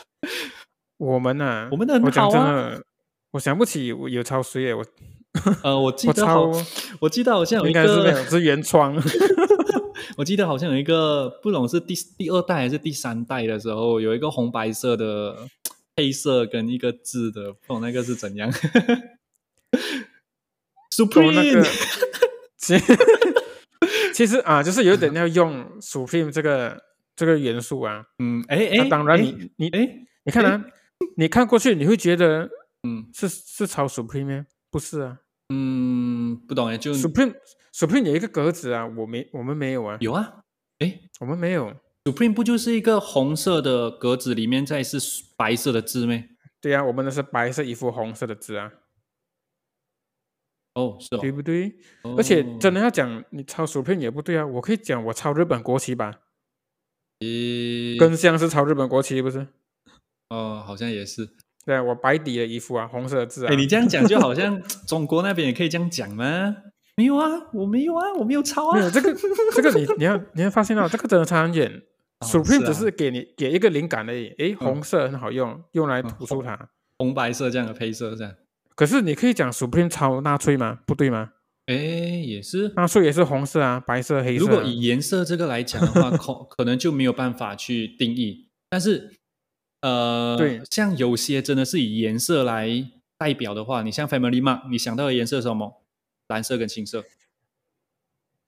[SPEAKER 2] 我们呐、
[SPEAKER 1] 我们的很
[SPEAKER 2] 我讲
[SPEAKER 1] 好
[SPEAKER 2] 真
[SPEAKER 1] 啊。
[SPEAKER 2] 的，我想不起我有抄谁耶，我
[SPEAKER 1] 呃，我记
[SPEAKER 2] 我
[SPEAKER 1] 得好
[SPEAKER 2] 抄，
[SPEAKER 1] 我记得好像有一
[SPEAKER 2] 应该是
[SPEAKER 1] 个
[SPEAKER 2] 没有，是原创。
[SPEAKER 1] 我记得好像有一个，不懂是第第二代还是第三代的时候，有一个红白色的配色跟一个字的，不懂那个是怎 样。
[SPEAKER 2] 我那个
[SPEAKER 1] Supreme，、
[SPEAKER 2] 其其实啊，就是有点要用 Supreme 这个这个元素啊。
[SPEAKER 1] 嗯，哎哎、
[SPEAKER 2] 那、当然
[SPEAKER 1] 哎
[SPEAKER 2] 你，你你
[SPEAKER 1] 哎，
[SPEAKER 2] 看啊，你看过去你会觉得
[SPEAKER 1] 嗯
[SPEAKER 2] 是是抄 Supreme 吗？不是啊
[SPEAKER 1] 嗯，不懂哎，就
[SPEAKER 2] ，Supreme Supreme 有一个格子啊，我没我们没有啊，
[SPEAKER 1] 有啊，哎
[SPEAKER 2] 我们没有。
[SPEAKER 1] ，Supreme 不就是一个红色的格子，里面再是白色的字咩？
[SPEAKER 2] 对啊，我们的是白色一幅红色的字啊，
[SPEAKER 1] 哦，是哦
[SPEAKER 2] 对，不对？
[SPEAKER 1] 哦
[SPEAKER 2] 而且真的要讲你抄 Supreme 也不对啊，我可以讲我抄日本国旗吧，
[SPEAKER 1] 诶
[SPEAKER 2] 更像是抄日本国旗不是？
[SPEAKER 1] 哦，好像也是。
[SPEAKER 2] 对啊，我白底的衣服啊，红色的字啊。
[SPEAKER 1] 哎、你这样讲就好像中国那边也可以这样讲吗？没有啊，我没有啊，我没有抄
[SPEAKER 2] 没有
[SPEAKER 1] 啊。
[SPEAKER 2] 这个这个你你要你会发现到这个真的差很远。
[SPEAKER 1] 哦
[SPEAKER 2] Supreme
[SPEAKER 1] 是啊嗯
[SPEAKER 2] 只是给你给一个灵感而已，诶，红色很好用，用来突
[SPEAKER 1] 哦
[SPEAKER 2] 出它。
[SPEAKER 1] 红白色这样的配色这样，
[SPEAKER 2] 可是你可以讲 Supreme 超纳粹吗？不对吗？
[SPEAKER 1] 哎，也是。
[SPEAKER 2] 纳粹也是红色啊，白色、黑
[SPEAKER 1] 如
[SPEAKER 2] 色啊。
[SPEAKER 1] 果以颜色这个来讲的 话，可可能就没有办法去定义。但是，呃，
[SPEAKER 2] 对
[SPEAKER 1] 像有些真的是以颜色来代表的话，你像 Family Mart，你想到的颜色是什么？蓝色跟青色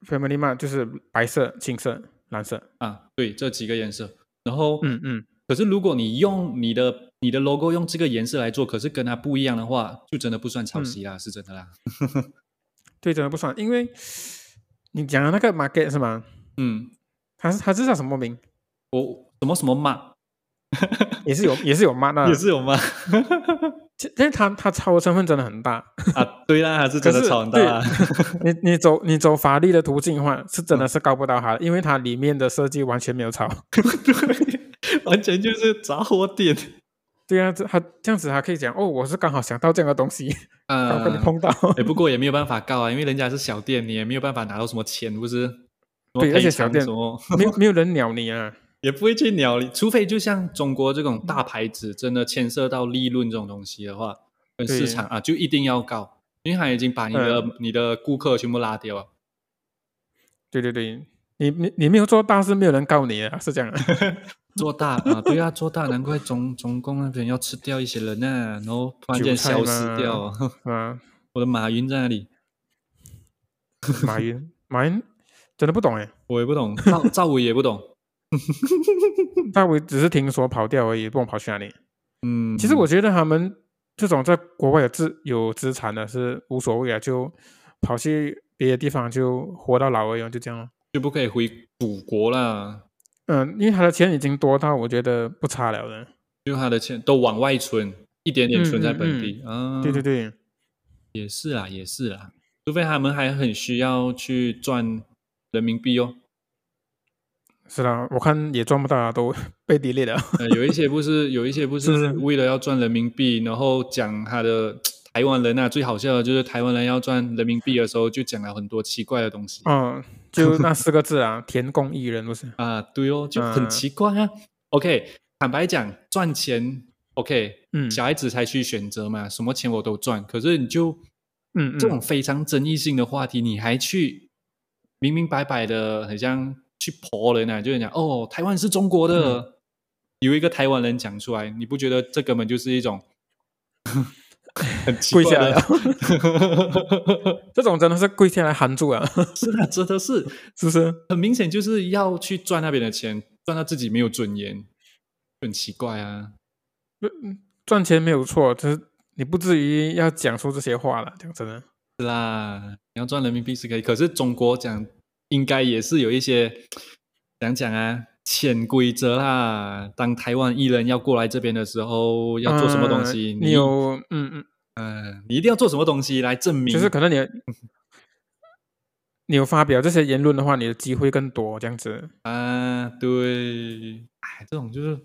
[SPEAKER 2] Family Mart 就是白色、青色、蓝色。
[SPEAKER 1] 啊，对，这几个颜色。然后，
[SPEAKER 2] 嗯嗯，
[SPEAKER 1] 可是如果你用你的你的 logo 用这个颜色来做，可是跟它不一样的话，就真的不算抄袭啦，是真的啦。
[SPEAKER 2] 对，真的不算，因为你讲的那个 Market 是吗？
[SPEAKER 1] 嗯，
[SPEAKER 2] 它是它是叫什么名？
[SPEAKER 1] 我什么什么骂
[SPEAKER 2] 也是有也是有 Mart 的
[SPEAKER 1] 也，是有骂
[SPEAKER 2] 其但是它它抄的成分真的很大。
[SPEAKER 1] 啊，对啦，还是真的
[SPEAKER 2] 可是
[SPEAKER 1] 吵很大啊啦。
[SPEAKER 2] 你你走你走法律的途径的话，是真的是告不到他的，因为它里面的设计完全没有抄。
[SPEAKER 1] 对， 完全就是杂货店
[SPEAKER 2] 对啊，这他这样子还可以讲哦，我是刚好想到这样的东西， 刚
[SPEAKER 1] 啊
[SPEAKER 2] 好被你碰到。
[SPEAKER 1] 哎，不过也没有办法告啊，因为人家是小店，你也没有办法拿到什么钱，不是？什么
[SPEAKER 2] 对而且
[SPEAKER 1] 赔偿
[SPEAKER 2] 小店
[SPEAKER 1] 什么
[SPEAKER 2] 没有没有人鸟你啊。
[SPEAKER 1] 也不会去鸟你，除非就像中国这种大牌子，真的牵涉到利润这种东西的话，跟
[SPEAKER 2] 对
[SPEAKER 1] 市场啊，就一定要告，因为他已经把你的、你的顾客全部拉掉啊了。
[SPEAKER 2] 对对对，你你你没有做大事，没有人告你啊，是这样啊。
[SPEAKER 1] 做大啊，对啊，做大，难怪中中共那边要吃掉一些人呐、然后突然
[SPEAKER 2] 韭
[SPEAKER 1] 间
[SPEAKER 2] 菜
[SPEAKER 1] 消
[SPEAKER 2] 嘛
[SPEAKER 1] 失掉。
[SPEAKER 2] 啊，
[SPEAKER 1] 我的马云在那里？
[SPEAKER 2] 马云马云真的不懂哎。
[SPEAKER 1] 我也不 懂，赵赵伟也不懂。
[SPEAKER 2] 那我只是听说跑掉而已，不懂跑去哪里。
[SPEAKER 1] 嗯，
[SPEAKER 2] 其实我觉得他们这种在国外有资有资产的是无所谓啊，就跑去别的地方就活到老而已哦，就这样咯。
[SPEAKER 1] 就不可以回祖国啦，
[SPEAKER 2] 嗯，因为他的钱已经多到我觉得不差了的。
[SPEAKER 1] 就他的钱都往外存，一点点存在本地、
[SPEAKER 2] 嗯
[SPEAKER 1] 啊。
[SPEAKER 2] 对对对，
[SPEAKER 1] 也是啦，也是啦，除非他们还很需要去赚人民币 哦。
[SPEAKER 2] 是啦，我看也赚不到 啊，都被 delete 了。
[SPEAKER 1] 呃，有一些不是，有一些不
[SPEAKER 2] 是不
[SPEAKER 1] 是
[SPEAKER 2] 是
[SPEAKER 1] 为了要赚人民币，然后讲他的呃台湾人啊，最好笑的就是台湾人要赚人民币的时候，就讲了很多奇怪的东西
[SPEAKER 2] 嗯，就那四个字啊，田共艺人不是？
[SPEAKER 1] 啊，对哦，就很
[SPEAKER 2] 嗯
[SPEAKER 1] 奇怪啊。OK，坦白讲，赚钱 OK，
[SPEAKER 2] 嗯
[SPEAKER 1] 小孩子才去选择嘛，什么钱我都赚。可是你就
[SPEAKER 2] 嗯嗯
[SPEAKER 1] 这种非常争议性的话题，你还去明明白白的，很像去婆人啊，就是讲哦，台湾是中国的，
[SPEAKER 2] 嗯
[SPEAKER 1] 有一个台湾人讲出来，你不觉得这根本就是一 种很奇
[SPEAKER 2] 跪
[SPEAKER 1] 怪
[SPEAKER 2] 下来啊
[SPEAKER 1] 的
[SPEAKER 2] 了？，这种真的是跪下来含住啊，
[SPEAKER 1] 是的，真的是
[SPEAKER 2] 是不是？
[SPEAKER 1] 很明显，就是要去赚那边的钱，赚到自己没有尊严，很奇怪啊。
[SPEAKER 2] 赚钱没有错，就是你不至于要讲出这些话了。讲真的，
[SPEAKER 1] 是啦，你要赚人民币是可以，可是中国讲应该也是有一些讲讲啊潜规则啦。当台湾艺人要过来这边的时候，要做什么东西？
[SPEAKER 2] 嗯你有嗯嗯，
[SPEAKER 1] 嗯、你一定要做什么东西来证明？
[SPEAKER 2] 就是可能你你有发表这些言论的话，你的机会更多。这样子，
[SPEAKER 1] 啊，对，哎，这种就是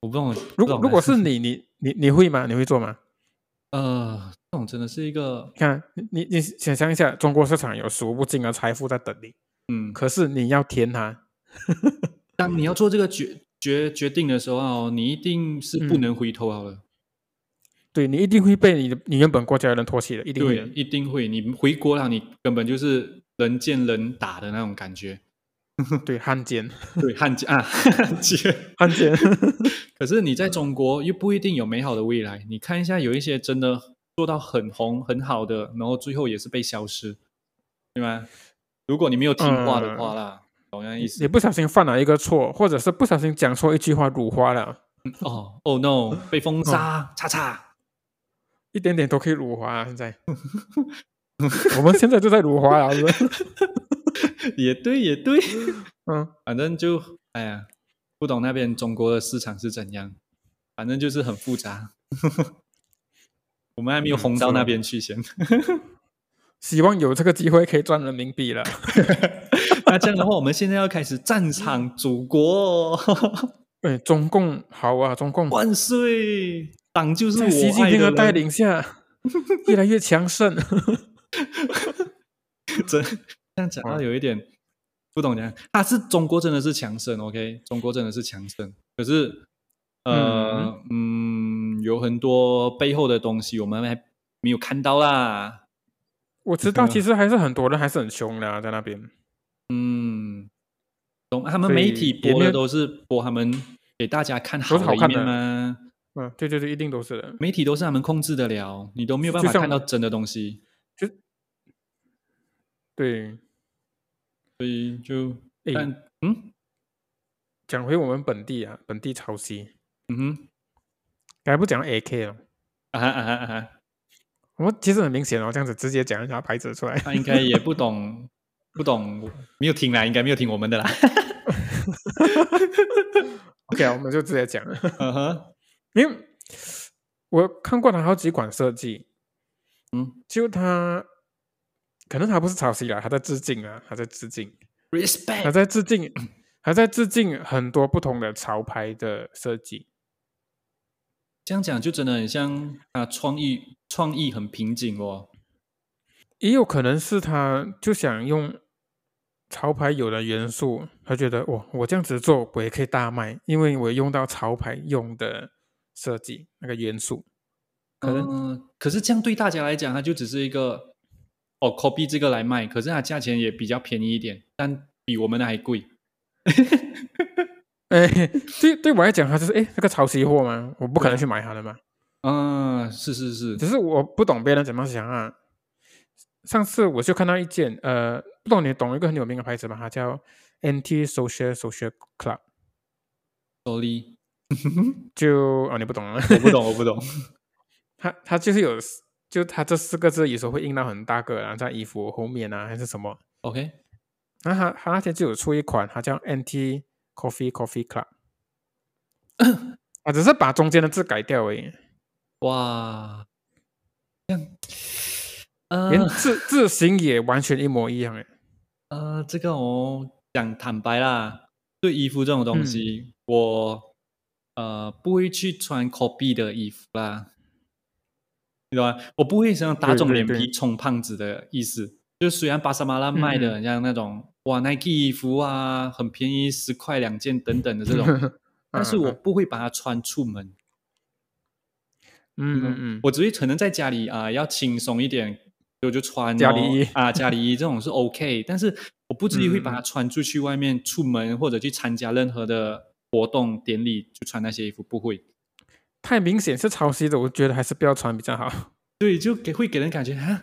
[SPEAKER 1] 我不懂。不懂
[SPEAKER 2] 如果
[SPEAKER 1] 啊
[SPEAKER 2] 如果是你，你你你会吗？你会做吗？
[SPEAKER 1] 呃，这种真的是一个
[SPEAKER 2] 你看，你你你想象一下，中国市场有数不尽的财富在等你，
[SPEAKER 1] 嗯，
[SPEAKER 2] 可是你要填它，
[SPEAKER 1] 当你要做这个决决决定的时候哦，你一定是不
[SPEAKER 2] 嗯
[SPEAKER 1] 能回头好了。
[SPEAKER 2] 对你一定会被你的你原本国家的人唾弃的，一定会
[SPEAKER 1] 对啊
[SPEAKER 2] 的，。
[SPEAKER 1] 一定会。你回国了，你根本就是人见人打的那种感觉。
[SPEAKER 2] 对，汉奸，
[SPEAKER 1] 对，汉奸啊， 汉奸。
[SPEAKER 2] 汉奸，
[SPEAKER 1] 可是你在中国又不一定有美好的未来。你看一下，有一些真的做到很红很好的，然后最后也是被消失，对吗？如果你没有听话的话啦，同样意思。
[SPEAKER 2] 也不小心犯了一个错，或者是不小心讲错一句话辱华了，
[SPEAKER 1] 哦，Oh no，被封杀，叉叉。
[SPEAKER 2] 一点点都可以辱华啊！现 在，我们现在就在辱华了，是不是？
[SPEAKER 1] 也对，也对。
[SPEAKER 2] 嗯，
[SPEAKER 1] 反正就哎呀，不懂那边中国的市场是怎样，反正就是很复杂。 我们还没有
[SPEAKER 2] 嗯
[SPEAKER 1] 红
[SPEAKER 2] 是
[SPEAKER 1] 到那
[SPEAKER 2] 咯
[SPEAKER 1] 边去先。
[SPEAKER 2] 希望有这个机会可以赚人民币了。
[SPEAKER 1] 那这样的话，我们现在要开始战场祖国、哦，
[SPEAKER 2] 对，哎中共好啊，中共
[SPEAKER 1] 万岁！党就是我
[SPEAKER 2] 在习近
[SPEAKER 1] 爱
[SPEAKER 2] 平的
[SPEAKER 1] 的
[SPEAKER 2] 带
[SPEAKER 1] 人，
[SPEAKER 2] 领下，越来越强 盛。
[SPEAKER 1] 真这样讲
[SPEAKER 2] 嗯
[SPEAKER 1] 到有一点不懂讲，他是中国真的是强盛，OK，中国真的是强盛，可是呃嗯有很多背后的东西我们还没有看到啦。
[SPEAKER 2] 我知道，
[SPEAKER 1] 嗯
[SPEAKER 2] 其实还是很多人还是很凶的、啊，在那边。
[SPEAKER 1] 嗯，懂。他们
[SPEAKER 2] 所
[SPEAKER 1] 媒
[SPEAKER 2] 以
[SPEAKER 1] 体
[SPEAKER 2] 也
[SPEAKER 1] 播的
[SPEAKER 2] 没有
[SPEAKER 1] 都是播他们给大家看
[SPEAKER 2] 都是
[SPEAKER 1] 好
[SPEAKER 2] 好看
[SPEAKER 1] 一面
[SPEAKER 2] 的
[SPEAKER 1] 吗？
[SPEAKER 2] 嗯，对对对，一定都是的。
[SPEAKER 1] 媒体都是他们控制得了，你都没有办
[SPEAKER 2] 就
[SPEAKER 1] 法
[SPEAKER 2] 像
[SPEAKER 1] 看到真的东西，
[SPEAKER 2] 嗯对，
[SPEAKER 1] 所以就
[SPEAKER 2] 诶
[SPEAKER 1] 但嗯
[SPEAKER 2] 讲回我们本地啊，本地潮汐，
[SPEAKER 1] 嗯哼
[SPEAKER 2] 刚才不讲 AK 了，
[SPEAKER 1] 啊哈啊哈啊哈，
[SPEAKER 2] 我们其实很明显哦，这样子直接讲一下牌子出来。
[SPEAKER 1] 他应该也不懂不懂，没有听啦，应该没有听我们 的啦。
[SPEAKER 2] OK 啊，我们就直接讲了。
[SPEAKER 1] 嗯哼，
[SPEAKER 2] 因为我看过他好几款设计，
[SPEAKER 1] 嗯
[SPEAKER 2] 就他可能他不是抄袭啦，他在致敬啊，他在致敬，他
[SPEAKER 1] ，respect，
[SPEAKER 2] 在致敬，他在致敬很多不同的潮牌的设计。
[SPEAKER 1] 这样讲就真的很像啊，创意创意很瓶颈哦。
[SPEAKER 2] 也有可能是他就想用潮牌有的元素，他觉得哇，我这样子做我也可以大卖，因为我用到潮牌用的设计那个元素。可能、
[SPEAKER 1] 嗯，可是这样对大家来讲，它就只是一个哦，copy 这个来卖，可是它价钱也比较便宜一点，但比我们的还贵。
[SPEAKER 2] 哎，对对我来讲，他就是哎那个抄袭货嘛，我不可能去买它的嘛。
[SPEAKER 1] 嗯，是是是，
[SPEAKER 2] 只是我不懂别人怎么想啊。上次我就看到一件，呃，不懂你懂一个很有名的牌子吗？它叫 NT Social Social Club，
[SPEAKER 1] ，sorry，
[SPEAKER 2] 就哦你不懂啊，
[SPEAKER 1] 我不懂，我不懂。
[SPEAKER 2] 它它就是有，就它这四个字有时候会印到很大个，然后在衣服后面啊还是什么。
[SPEAKER 1] OK，
[SPEAKER 2] 然后它它那天就有出一款，它叫 NT Coffee Coffee Club，啊，只是把中间的字改掉而已，
[SPEAKER 1] 哇，这样，
[SPEAKER 2] 连
[SPEAKER 1] 呃
[SPEAKER 2] 字字形也完全一模一样诶。
[SPEAKER 1] 呃，这个我讲坦白啦，对衣服这种东
[SPEAKER 2] 嗯
[SPEAKER 1] 西，我呃不会去穿 copy 的衣服啦，你懂吗？我不会想打
[SPEAKER 2] 对
[SPEAKER 1] 肿
[SPEAKER 2] 对
[SPEAKER 1] 脸
[SPEAKER 2] 对
[SPEAKER 1] 皮充胖子的意思。就是虽然巴沙马拉卖的
[SPEAKER 2] 嗯，
[SPEAKER 1] 很像那种、哇 Nike 衣服啊，很便宜，十块两件等等的这种 但是
[SPEAKER 2] 嗯嗯
[SPEAKER 1] 我不会把它穿出门。
[SPEAKER 2] 嗯嗯嗯，
[SPEAKER 1] 我只会可能在家里啊、要轻松一点，我就穿
[SPEAKER 2] 家
[SPEAKER 1] 咯
[SPEAKER 2] 里衣
[SPEAKER 1] 啊，家里衣这种是 OK，但是我不至于会把
[SPEAKER 2] 嗯嗯嗯
[SPEAKER 1] 它穿出去外面出门或者去参加任何的活动典礼就穿那些衣服，不会。
[SPEAKER 2] 太明显是抄袭的，我觉得还是不要穿比较好。
[SPEAKER 1] 对，就给会给人感觉啊，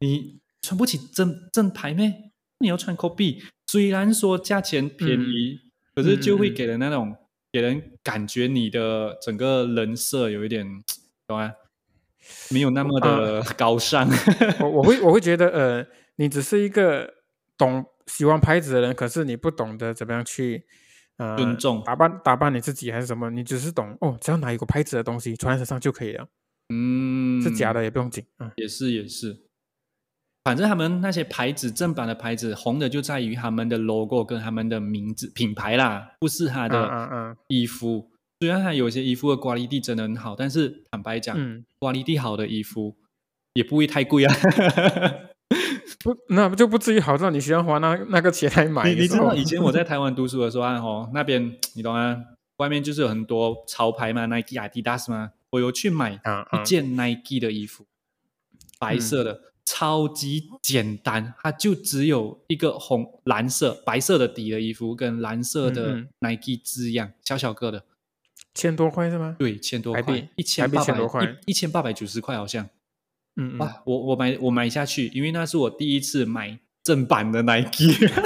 [SPEAKER 1] 你穿不起正正牌咩？你要穿 copy，虽然说价钱便宜，可是就会
[SPEAKER 2] 嗯嗯嗯
[SPEAKER 1] 给人那种、给人感觉你的整个人设有一点，懂吗？没有那么
[SPEAKER 2] 呃
[SPEAKER 1] 的高尚。
[SPEAKER 2] 我我会我会觉得，呃，你只是一个懂喜欢牌子的人，可是你不懂得怎么样去呃
[SPEAKER 1] 尊重
[SPEAKER 2] 打扮打扮你自己还是什么，你只是懂哦，只要拿一个牌子的东西穿在身上就可以了，
[SPEAKER 1] 嗯，
[SPEAKER 2] 是假的也不用紧啊。
[SPEAKER 1] 也是也是，反正他们那些牌子正版的牌子红的就在于他们的 logo 跟他们的名字品牌啦，不是他
[SPEAKER 2] 啊啊
[SPEAKER 1] 的
[SPEAKER 2] 啊
[SPEAKER 1] 衣服。虽然它有些衣服的瓜力地真的很好，但是坦白讲，
[SPEAKER 2] 嗯，
[SPEAKER 1] 瓜力地好的衣服也不会太贵啊。
[SPEAKER 2] 不，那就不至于好到你需要花那那个钱来买。
[SPEAKER 1] 你你
[SPEAKER 2] 有时
[SPEAKER 1] 知道
[SPEAKER 2] 候
[SPEAKER 1] 以前我在台湾读书的时候啊，哦，那边你懂啊，外面就是有很多潮牌嘛，Nike、Adidas 嘛，我有去买
[SPEAKER 2] 啊啊
[SPEAKER 1] 一件 Nike 的衣服，白
[SPEAKER 2] 嗯
[SPEAKER 1] 色的，超级简单，它就只有一个红、蓝色、白色的底的衣服跟蓝色的
[SPEAKER 2] 嗯
[SPEAKER 1] Nike 字样，小小个的，
[SPEAKER 2] 千多块是吗？
[SPEAKER 1] 对，千多
[SPEAKER 2] 台
[SPEAKER 1] 块
[SPEAKER 2] 币，
[SPEAKER 1] 一千
[SPEAKER 2] 台
[SPEAKER 1] 八
[SPEAKER 2] 币千多
[SPEAKER 1] 百
[SPEAKER 2] 块
[SPEAKER 1] 一千八百九十块好像。
[SPEAKER 2] 嗯嗯，
[SPEAKER 1] 哇，我我买我买下去，因为那是我第一次买正版的 Nike。
[SPEAKER 2] 啊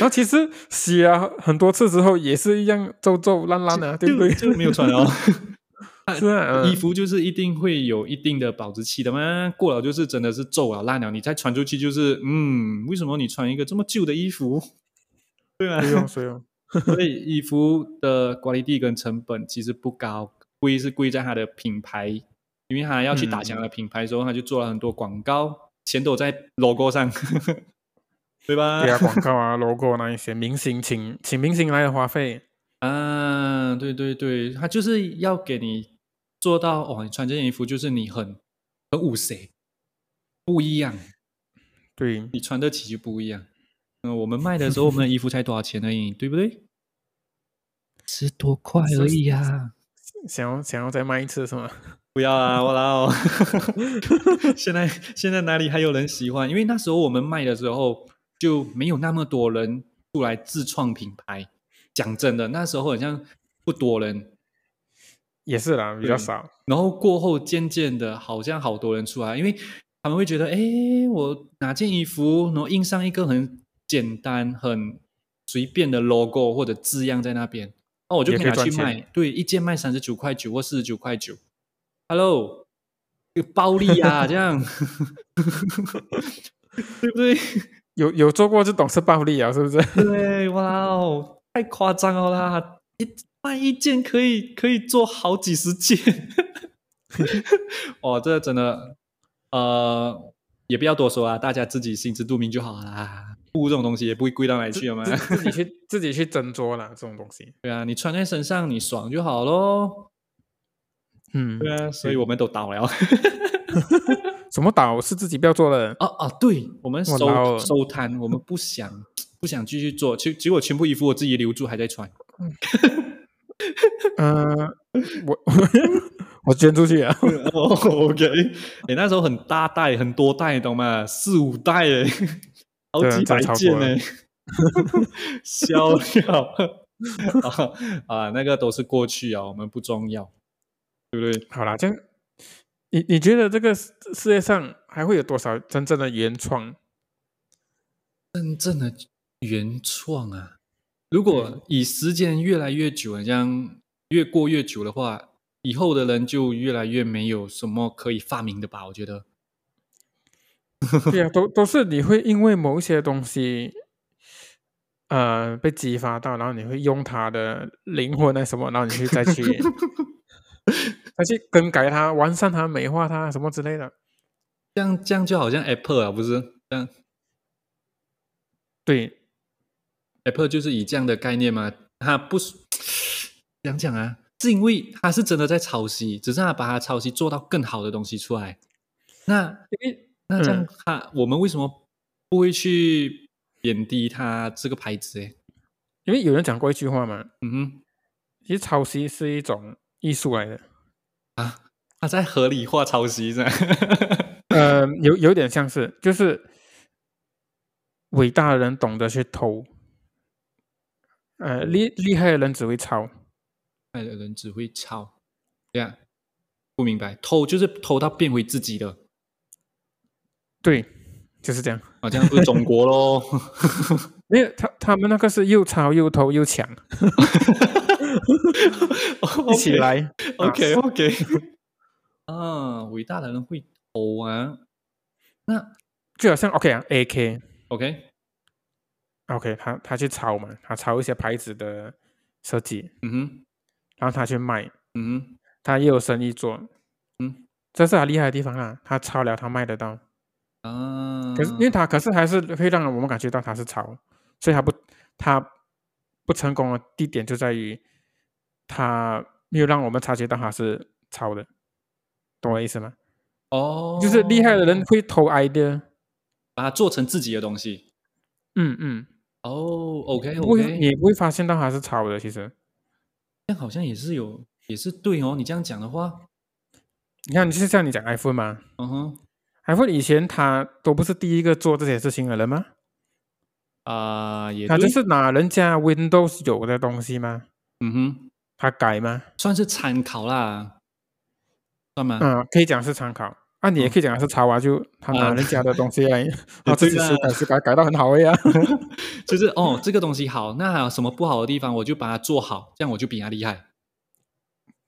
[SPEAKER 2] 然后其实洗了很多次之后也是一样皱皱烂烂的，啊对不对？
[SPEAKER 1] 就就没有穿了哦。
[SPEAKER 2] 是啊，
[SPEAKER 1] 衣
[SPEAKER 2] 嗯
[SPEAKER 1] 服就是一定会有一定的保质期的嘛，过了就是真的是皱了烂了，你再穿出去就是，嗯，为什么你穿一个这么旧的衣服？对啊，
[SPEAKER 2] 谁用谁用？
[SPEAKER 1] 所以衣服的 quality 跟成本其实不高，贵是贵在它的品牌，因为它要去
[SPEAKER 2] 嗯
[SPEAKER 1] 打响了品牌之后，它就做了很多广告，钱都在 logo 上， 对 吧？
[SPEAKER 2] 对啊，广告啊、logo 那一些，明星请 请明星来的花费，
[SPEAKER 1] 啊，对对对，他就是要给你做到哦，你穿这件衣服就是你很很五谁，不一样，
[SPEAKER 2] 对，
[SPEAKER 1] 你穿得起就不一样。嗯，我们卖的时候，我们的衣服才多少钱而已，对不对？十多块
[SPEAKER 2] 是
[SPEAKER 1] 而
[SPEAKER 2] 是
[SPEAKER 1] 已啊！
[SPEAKER 2] 想要想要再卖一次是吗？
[SPEAKER 1] 不要啊，我老， 现在现在哪里还有人喜欢？因为那时候我们卖的时候就没有那么多人出来自创品牌。讲真的，那时候好像不多人，
[SPEAKER 2] 也是啦，比
[SPEAKER 1] 对
[SPEAKER 2] 较少。
[SPEAKER 1] 然后过后渐渐的，好像好多人出来，因为他们会觉得，哎，我拿件衣服，然后印上一个很简单、很随便的 logo 或者字样在那边，那我就
[SPEAKER 2] 也
[SPEAKER 1] 可以
[SPEAKER 2] 可以
[SPEAKER 1] 拿去
[SPEAKER 2] 赚钱
[SPEAKER 1] 卖，对，一件卖三十九块九或四十九块九，Hello，有暴利啊，这样， 对不对？
[SPEAKER 2] 有有做过就懂是暴利啊，是不是？
[SPEAKER 1] 对，哇哦，太夸张了啦！一卖一件可以可以做好几十 件，哦，这真的，呃，也不要多说啊，大家自己心知肚明就好啦。布这种东西也不会贵到哪里去了嘛。
[SPEAKER 2] 自自己去自己去斟酌啦，这种东西。
[SPEAKER 1] 对啊，你穿在身上你爽就好咯。
[SPEAKER 2] 嗯，
[SPEAKER 1] 对啊，所以我们都倒了。
[SPEAKER 2] 什么岛是自己不要做的？
[SPEAKER 1] 啊啊， 对，我们
[SPEAKER 2] 我
[SPEAKER 1] 收
[SPEAKER 2] 老了
[SPEAKER 1] 收摊，我们不想不想继续做，结结果全部衣服我自己留住还在穿。
[SPEAKER 2] 嗯、我 我捐出去啊。
[SPEAKER 1] 哦、o k 哎、那时候很大袋，很多袋，懂吗？四五袋 哎，好
[SPEAKER 2] 对
[SPEAKER 1] 几
[SPEAKER 2] 真
[SPEAKER 1] 百
[SPEAKER 2] 的超
[SPEAKER 1] 件
[SPEAKER 2] 过了
[SPEAKER 1] 哎， 笑掉 啊啊！那个都是过去啊，我们不重要，对不对？
[SPEAKER 2] 好啦，这样你你觉得这个世世界上还会有多少真正的原创？
[SPEAKER 1] 真正的原创啊！如果以时间越来越久，这样越过越久的话，以后的人就越来越没有什么可以发明的吧？我觉得，
[SPEAKER 2] 对啊，都都是你会因为某一些东西，呃，被激发到，然后你会用它的灵魂啊那什么，然后你去再去再去更改它、完善它、美化它什么之类的。
[SPEAKER 1] 这样这样就好像 Apple 啊，不是？这样
[SPEAKER 2] 对，
[SPEAKER 1] Apple 就是以这样的概念嘛，它不是讲讲啊，是因为它是真的在抄袭，只是它把它抄袭做到更好的东西出来。那
[SPEAKER 2] 因为
[SPEAKER 1] 那这
[SPEAKER 2] 嗯
[SPEAKER 1] 样它，我们为什么不会去贬低它这个牌子？诶，
[SPEAKER 2] 因为有人讲过一句话嘛，
[SPEAKER 1] 嗯哼，
[SPEAKER 2] 其实抄袭是一种艺术来的，
[SPEAKER 1] 啊它在合理化抄袭， 这样。
[SPEAKER 2] 呃，有有点像是，就是伟大的人懂得去偷，呃，厉厉害的人只会抄，
[SPEAKER 1] 爱的人只会抄，这样不明白偷就是偷到变回自己的，
[SPEAKER 2] 对，就是这样。
[SPEAKER 1] 好、啊、像不是中国喽。
[SPEAKER 2] 没有他他们那个是又抄又偷又抢，一起来。
[SPEAKER 1] OK OK，啊，伟大的人会偷啊。那
[SPEAKER 2] 就好像 OK 啊，AK
[SPEAKER 1] OK，
[SPEAKER 2] OK，他他去抄嘛，他抄一些牌子的设计，
[SPEAKER 1] 嗯哼，
[SPEAKER 2] 然后他去卖，
[SPEAKER 1] 嗯哼，
[SPEAKER 2] 他也有生意做，
[SPEAKER 1] 嗯，
[SPEAKER 2] 这是他厉害的地方啊，他抄了他卖得到，
[SPEAKER 1] 啊，
[SPEAKER 2] 可是因为他可是还是会让我们感觉到他是抄，所以他不他不成功的地点就在于他没有让我们察觉到他是抄的，懂我的意思吗？
[SPEAKER 1] 哦，
[SPEAKER 2] 就是厉害的人会偷 idea，
[SPEAKER 1] 把它做成自己的东西。
[SPEAKER 2] 嗯嗯，
[SPEAKER 1] 哦，OK
[SPEAKER 2] 不会
[SPEAKER 1] OK，
[SPEAKER 2] 你不会发现到他是抄的，其实。
[SPEAKER 1] 这样好像也是有，也是对哦。你这样讲的话，
[SPEAKER 2] 你看，就是像你讲 iPhone 嘛
[SPEAKER 1] 嗯哼，
[SPEAKER 2] ，iPhone 以前他都不是第一个做这些事情的人吗？
[SPEAKER 1] 啊、也
[SPEAKER 2] 他
[SPEAKER 1] 对，
[SPEAKER 2] 就是拿人家 Windows 有的东西吗？
[SPEAKER 1] 嗯哼，
[SPEAKER 2] 他改吗？
[SPEAKER 1] 算是参考啦，算吗？
[SPEAKER 2] 嗯，可以讲是参考。啊，
[SPEAKER 1] 嗯
[SPEAKER 2] 你也可以讲是抄啊，就他拿
[SPEAKER 1] 啊
[SPEAKER 2] 人家的东西 来，他自己
[SPEAKER 1] 对啊
[SPEAKER 2] 修改修改改到很 好呀。
[SPEAKER 1] 就是哦，这个东西好，那还有什么不好的地方，我就把它做好，这样我就比他厉害。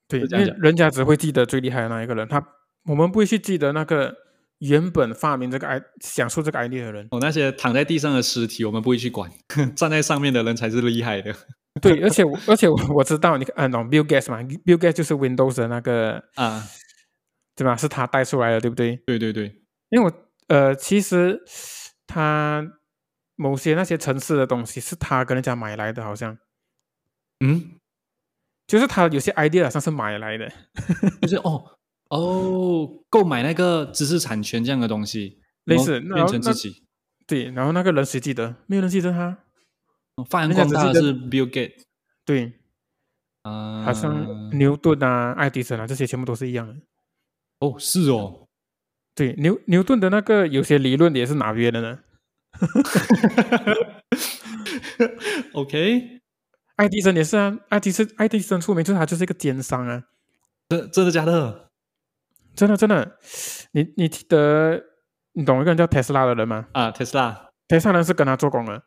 [SPEAKER 2] 对，
[SPEAKER 1] 就这
[SPEAKER 2] 因
[SPEAKER 1] 样
[SPEAKER 2] 为
[SPEAKER 1] 讲
[SPEAKER 2] 人家只会记得最厉害的那一个人，他我们不会去记得那个原本发明这个 i 讲述这个 idea 的人。
[SPEAKER 1] 哦，那些躺在地上的尸体，我们不会去管， 站在上面的人才是厉害的
[SPEAKER 2] 对，而且我而且我我知道，你看，嗯、懂 Bill Gates 嘛，Bill Gates 就是 Windows 的那个，
[SPEAKER 1] 啊！
[SPEAKER 2] 对吧？是他带出来的，对不对？
[SPEAKER 1] 对对对，
[SPEAKER 2] 因为我呃，其实他某些那些城市的东西是他跟人家买来的，好像
[SPEAKER 1] 嗯，
[SPEAKER 2] 就是他有些 idea 好像是买来的。
[SPEAKER 1] 就是哦哦，购买那个知识产权这样的东西，
[SPEAKER 2] 类
[SPEAKER 1] 然后
[SPEAKER 2] 似那
[SPEAKER 1] 变成
[SPEAKER 2] 那
[SPEAKER 1] 自己。
[SPEAKER 2] 对，然后那个人谁记得？没有人记得他。
[SPEAKER 1] 哦发扬
[SPEAKER 2] 人家
[SPEAKER 1] 光
[SPEAKER 2] 只
[SPEAKER 1] 大的
[SPEAKER 2] 记得
[SPEAKER 1] 是 Bill Gates
[SPEAKER 2] 对，
[SPEAKER 1] 啊，
[SPEAKER 2] 好像牛顿啊、爱迪生啊这些全部都是一样的。
[SPEAKER 1] 哦是哦，
[SPEAKER 2] 对，牛牛顿的那个有些理论也是拿别人的呢。
[SPEAKER 1] OK，
[SPEAKER 2] 爱迪生也是啊，爱迪生爱迪生出名就是他就是一个奸商啊，
[SPEAKER 1] 真真的假的？
[SPEAKER 2] 真的真的。你你记得你懂一个人叫特斯拉的人吗？
[SPEAKER 1] 啊，Tesla
[SPEAKER 2] 特斯拉人是跟他做工的。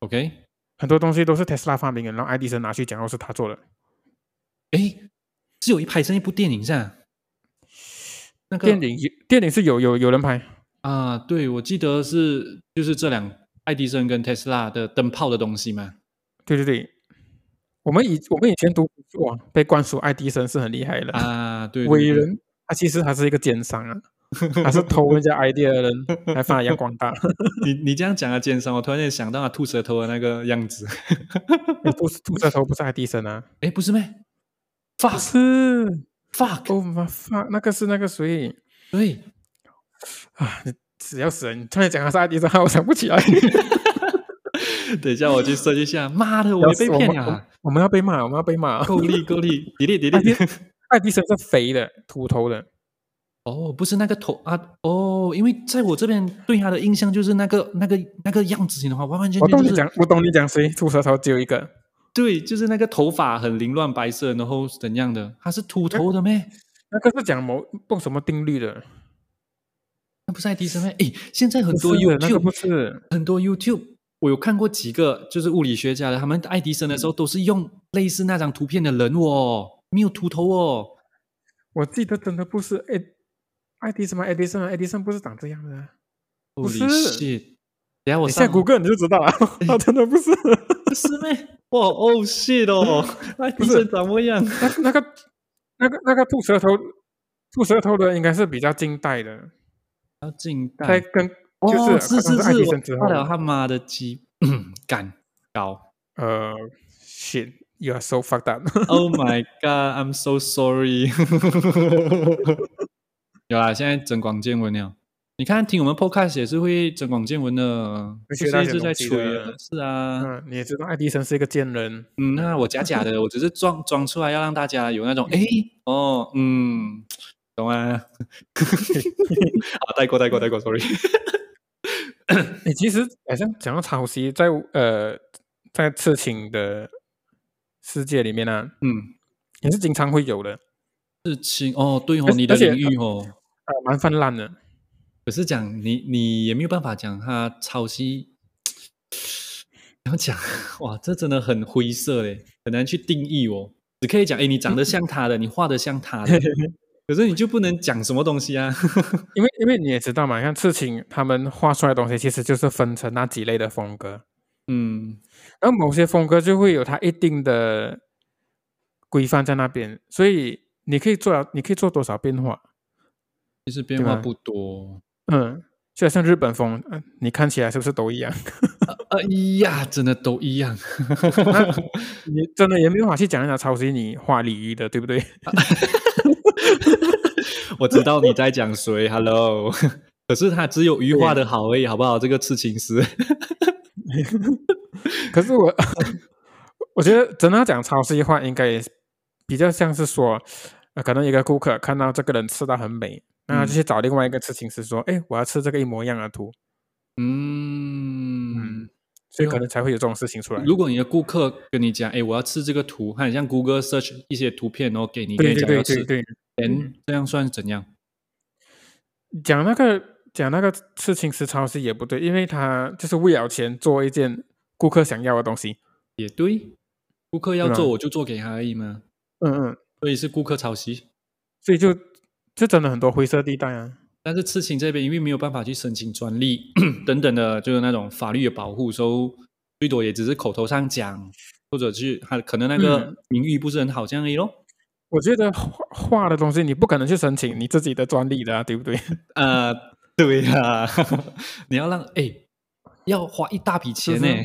[SPEAKER 1] OK，
[SPEAKER 2] 很多东西都是特斯拉发明的，然后爱迪生拿去讲，都是他做的。
[SPEAKER 1] 诶，是有一拍成一部电影是吧？那个
[SPEAKER 2] 电影有电影是有有有人拍，
[SPEAKER 1] 啊，对，我记得是就是这两爱迪生跟特斯拉的灯泡的东西嘛。
[SPEAKER 2] 对对对。我们以我们以前读书哇，被灌输爱迪生是很厉害的、
[SPEAKER 1] 啊，对，对
[SPEAKER 2] 伟
[SPEAKER 1] 对
[SPEAKER 2] 人，他其实他是一个奸商 啊，他是偷人家 idea 的人，还发扬光大，
[SPEAKER 1] 你你这样讲啊，奸商，我突然间想到他吐舌头的那个样子。
[SPEAKER 2] 吐吐舌头不是爱迪生啊，
[SPEAKER 1] 哎诶，不是咩
[SPEAKER 2] 不
[SPEAKER 1] ？Fuck
[SPEAKER 2] 是
[SPEAKER 1] fuck，
[SPEAKER 2] ，Oh my fuck，那个是那个谁
[SPEAKER 1] 对，
[SPEAKER 2] 啊？你只要死人，你突然讲他是爱迪生，啊我想不起来，
[SPEAKER 1] 等一下我去搜一下。妈的，我也被
[SPEAKER 2] 我们
[SPEAKER 1] 骗
[SPEAKER 2] 我们
[SPEAKER 1] 了，啊
[SPEAKER 2] 我们要被骂，我们要啊被骂。
[SPEAKER 1] 够力够力，迪丽迪
[SPEAKER 2] 爱迪
[SPEAKER 1] 丽。
[SPEAKER 2] 爱迪生是肥的，秃头的。
[SPEAKER 1] 哦，不是那个头啊，哦，因为在我这边对他的印象就是那个那个那个样子的话，完完全
[SPEAKER 2] 我
[SPEAKER 1] 全
[SPEAKER 2] 懂
[SPEAKER 1] 就
[SPEAKER 2] 你
[SPEAKER 1] 是
[SPEAKER 2] 讲，我懂你讲谁，吐舌头只有一个。
[SPEAKER 1] 对，就是那个头发很凌乱白色，然后怎样的？他是秃头的咩？
[SPEAKER 2] 那个是讲某不什么定律的，
[SPEAKER 1] 那不是爱迪生吗？诶，现在很多
[SPEAKER 2] 不是的那个
[SPEAKER 1] YouTube
[SPEAKER 2] 不是
[SPEAKER 1] 很多 YouTube，我有看过几个就是物理学家的，他们爱迪生
[SPEAKER 2] 嗯
[SPEAKER 1] 的时候都是用类似那张图片的人哦，没有秃头哦。
[SPEAKER 2] 我记得真的不是哎，爱迪生吗？爱迪生啊，爱迪生不是长这样的、啊。不是
[SPEAKER 1] Holy shit！等一下我
[SPEAKER 2] 你下
[SPEAKER 1] 上
[SPEAKER 2] 谷歌你就知道了， 他真的不是。
[SPEAKER 1] 不 是咩？哇哦 shit 哦，爱迪生长么样？
[SPEAKER 2] 那那个那个那个吐舌头吐舌头的应该是比较近代的，
[SPEAKER 1] 要近代
[SPEAKER 2] 在跟
[SPEAKER 1] 哦，
[SPEAKER 2] 就是
[SPEAKER 1] 是是
[SPEAKER 2] 好像是爱迪
[SPEAKER 1] 我
[SPEAKER 2] 生之后
[SPEAKER 1] 发了他妈的鸡嗯干搞。
[SPEAKER 2] 呃，shit，you are so fucked up。
[SPEAKER 1] Oh my god, I'm so sorry 有啦，现在增广见闻了。你看，听我们 podcast 也是会增广见闻的，不
[SPEAKER 2] 会学
[SPEAKER 1] 是
[SPEAKER 2] 到
[SPEAKER 1] 一
[SPEAKER 2] 一些
[SPEAKER 1] 直在
[SPEAKER 2] 东西的
[SPEAKER 1] 吹啊。是啊，
[SPEAKER 2] 嗯，你也知道爱迪生是一个贱人，
[SPEAKER 1] 嗯，那我假假的，我只是装 装出来，要让大家有
[SPEAKER 2] 嗯
[SPEAKER 1] 那种哎，哦，嗯，懂啊。 好，带过带过带过，sorry。
[SPEAKER 2] 你其实好像讲到抄袭，在呃在刺青的世界里面呢、啊，
[SPEAKER 1] 嗯，
[SPEAKER 2] 也是经常会有的，
[SPEAKER 1] 事情哦，对哦
[SPEAKER 2] 而，且
[SPEAKER 1] 你的
[SPEAKER 2] 而且
[SPEAKER 1] 领域哦。
[SPEAKER 2] 呃，蛮泛滥的。
[SPEAKER 1] 可是讲你，你也没有办法讲他抄袭，怎么讲？ 哇，这真的很灰色嘞，很难去定义哦。只可以讲，哎，你长得像他的，你画的像他的，可是你就不能讲什么东西啊。
[SPEAKER 2] 因为因为你也知道嘛，像刺青，他们画出来的东西其实就是分成那几类的风格，
[SPEAKER 1] 嗯
[SPEAKER 2] 然后某些风格就会有它一定的规范在那边，所以你可以做，你可以做多少变化，
[SPEAKER 1] 其实变
[SPEAKER 2] 对
[SPEAKER 1] 化
[SPEAKER 2] 吧
[SPEAKER 1] 不多。
[SPEAKER 2] 嗯，就好像日本风，嗯、你看起来是不是都一样？
[SPEAKER 1] 哎呀，真的都一样。
[SPEAKER 2] 你真的也没办法去讲人家抄袭你画礼仪的，对不对？
[SPEAKER 1] 我知道你在讲谁，Hello。可 是他只有鱼画的好而已，好不好？这个刺青师，
[SPEAKER 2] 可是我，我觉得真的要讲抄袭的话，应该也是比较像是说，呃，可能一个顾客看到这个人吃到很美，那他就去找另外一个刺青师说，哎、我要吃这个一模一样的图，
[SPEAKER 1] 嗯，
[SPEAKER 2] 所以
[SPEAKER 1] 对哦
[SPEAKER 2] 可能才会有这种事情出来。
[SPEAKER 1] 如果你的顾客跟你讲，哎，我要吃这个图，它很像 Google search 一些图片，然后给你，
[SPEAKER 2] 对
[SPEAKER 1] 跟你
[SPEAKER 2] 对
[SPEAKER 1] 讲要
[SPEAKER 2] 对
[SPEAKER 1] 吃
[SPEAKER 2] 对对，嗯
[SPEAKER 1] 钱，这样算怎样？
[SPEAKER 2] 讲那个讲那个刺青师抄袭也不对，因为他就是为了钱做一件顾客想要的东西。
[SPEAKER 1] 也对，顾客要
[SPEAKER 2] 对吧
[SPEAKER 1] 做我就做给他而已嘛，
[SPEAKER 2] 嗯嗯，
[SPEAKER 1] 所以是顾客抄袭。
[SPEAKER 2] 所以就就真的很多灰色地带啊。
[SPEAKER 1] 但是刺青这边因为没有办法去申请专利 等等的，就是那种法律的保护，所以最多也只是口头上讲，或者去他可能那个
[SPEAKER 2] 嗯
[SPEAKER 1] 名誉不是很好，这样而已咯。
[SPEAKER 2] 我觉得画画的东西你不可能去申请你自己的专利的、啊，对不对？
[SPEAKER 1] 呃， 对呀、 你要让哎，要花一大笔钱
[SPEAKER 2] 是
[SPEAKER 1] 呢、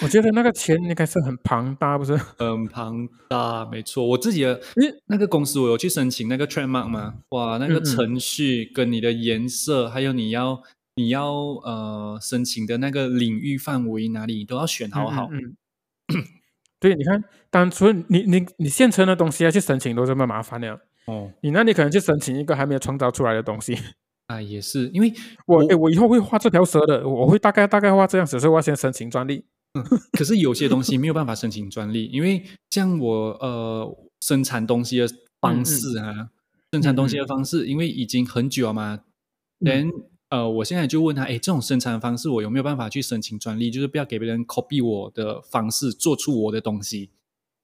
[SPEAKER 2] 我觉得那个钱应该是很庞大，不是？
[SPEAKER 1] 很庞大，啊没错。我自己的
[SPEAKER 2] 因为
[SPEAKER 1] 那个公司，我有去申请那个 trademark 嘛，哇，那个
[SPEAKER 2] 嗯嗯
[SPEAKER 1] 程序跟你的颜色，还有你要你要呃申请的那个领域范围哪里，你都要选 好好。
[SPEAKER 2] 嗯嗯嗯 对，你看，单纯你你你现成的东西要去申请都这么麻烦了，
[SPEAKER 1] 哦，
[SPEAKER 2] 你那你可能去申请一个还没有创造出来的东西。
[SPEAKER 1] 啊，也是，因为
[SPEAKER 2] 我
[SPEAKER 1] 我
[SPEAKER 2] 哎，我以后会画这条蛇的，我会大概大概画这样子，所以我要先申请专利。
[SPEAKER 1] 可是有些东西没有办法申请专利，因为像我呃生产东西的方式啊，生产东西的方式，因为已经很久了嘛。人、呃，我现在就问他，哎，这种生产方式我有没有办法去申请专利？就是不要给别人 copy 我的方式做出我的东西。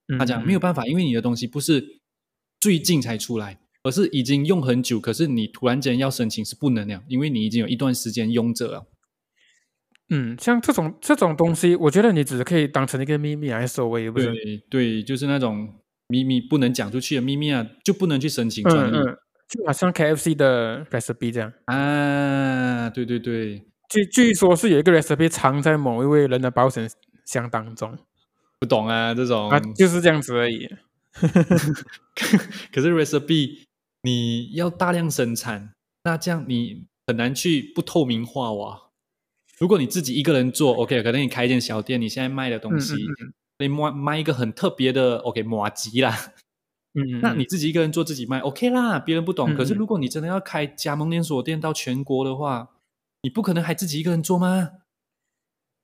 [SPEAKER 2] 嗯
[SPEAKER 1] 他讲没有办法，因为你的东西不是最近才出来，而是已经用很久，可是你突然间要申请是不能了，因为你已经有一段时间用着了。
[SPEAKER 2] 嗯，像这种这种东西，我觉得你只可以当成一个秘密来收尾，不是？
[SPEAKER 1] 对对，就是那种秘密不能讲出去的秘密啊，就不能去申请专
[SPEAKER 2] 嗯
[SPEAKER 1] 利、
[SPEAKER 2] 嗯，就好像 KFC 的 recipe 这样，
[SPEAKER 1] 啊。对对对，
[SPEAKER 2] 据据说是有一个 recipe 藏在某一位人的保险箱当中
[SPEAKER 1] 不懂啊这种。
[SPEAKER 2] 啊，就是这样子而已。
[SPEAKER 1] 可是 recipe 你要大量生产，那这样你很难去不透明化哇。如果你自己一个人做，OK，可能你开一间小店，你现在卖的东西，
[SPEAKER 2] 嗯嗯
[SPEAKER 1] 你卖卖一个很特别的 OK 马吉啦，
[SPEAKER 2] 嗯，
[SPEAKER 1] 那
[SPEAKER 2] 嗯
[SPEAKER 1] 你自己一个人做自己卖 OK 啦，别人不懂。
[SPEAKER 2] 嗯
[SPEAKER 1] 可是
[SPEAKER 2] 嗯
[SPEAKER 1] 如果你真的要开加盟连锁店到全国的话，你不可能还自己一个人做吗？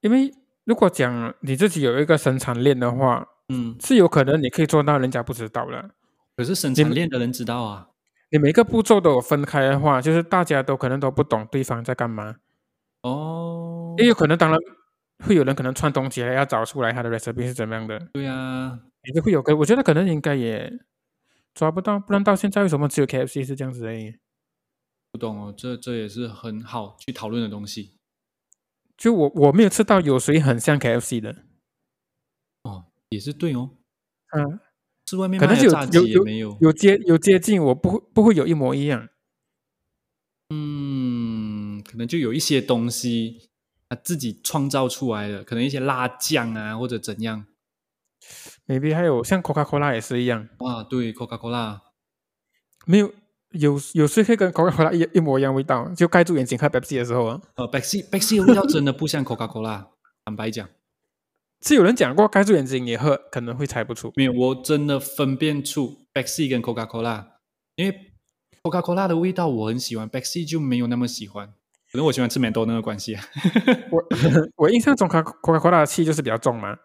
[SPEAKER 2] 因为如果讲你自己有一个生产链的话，
[SPEAKER 1] 嗯，
[SPEAKER 2] 是有可能你可以做到人家不知道的。
[SPEAKER 1] 可是生
[SPEAKER 2] 你
[SPEAKER 1] 产
[SPEAKER 2] 们
[SPEAKER 1] 链的人知道啊，
[SPEAKER 2] 你每个步骤都有分开的话，就是大家都可能都不懂对方在干嘛，
[SPEAKER 1] 哦，
[SPEAKER 2] 也有可能当然会有人可能串通起来要找出来他的 recipe 是怎么样的，
[SPEAKER 1] 对啊，
[SPEAKER 2] 也是会有个，我觉得可能应该也抓不到，不然到现在为什么只有 KFC 是这样子而已？
[SPEAKER 1] 不懂哦，这这也是很好去讨论的东西
[SPEAKER 2] 就我我没有吃到有谁很像 KFC 的，
[SPEAKER 1] 哦，也是对哦，
[SPEAKER 2] 嗯，
[SPEAKER 1] 是外面
[SPEAKER 2] 可
[SPEAKER 1] 卖
[SPEAKER 2] 能
[SPEAKER 1] 的
[SPEAKER 2] 有
[SPEAKER 1] 炸
[SPEAKER 2] 有
[SPEAKER 1] 鸡也没有，
[SPEAKER 2] 有接有接近，我不会不会有一模一样。
[SPEAKER 1] 嗯，可能就有一些东西他自己创造出来的，可能一些辣酱啊或者怎样
[SPEAKER 2] maybe 还有像 Coca Cola 也是一样，
[SPEAKER 1] 啊，对，Coca Cola
[SPEAKER 2] 没有有有时会跟 Coca Cola 一一模一样味道，啊就盖住眼睛喝 Pepsi 的时候啊，
[SPEAKER 1] 呃，Pepsi Pepsi 的味道真的不像 Coca Cola，坦白讲，
[SPEAKER 2] 是有人讲过盖住眼睛也喝，可能会猜不出。
[SPEAKER 1] 没有，我真的分辨出 Pepsi 跟 Coca Cola，因为 Coca Cola 的味道我很喜欢，Pepsi 就没有那么喜欢，可能我喜欢吃蛮多那个关系啊。
[SPEAKER 2] 我 我印象中 Coca Coca Cola 的气就是比较重嘛，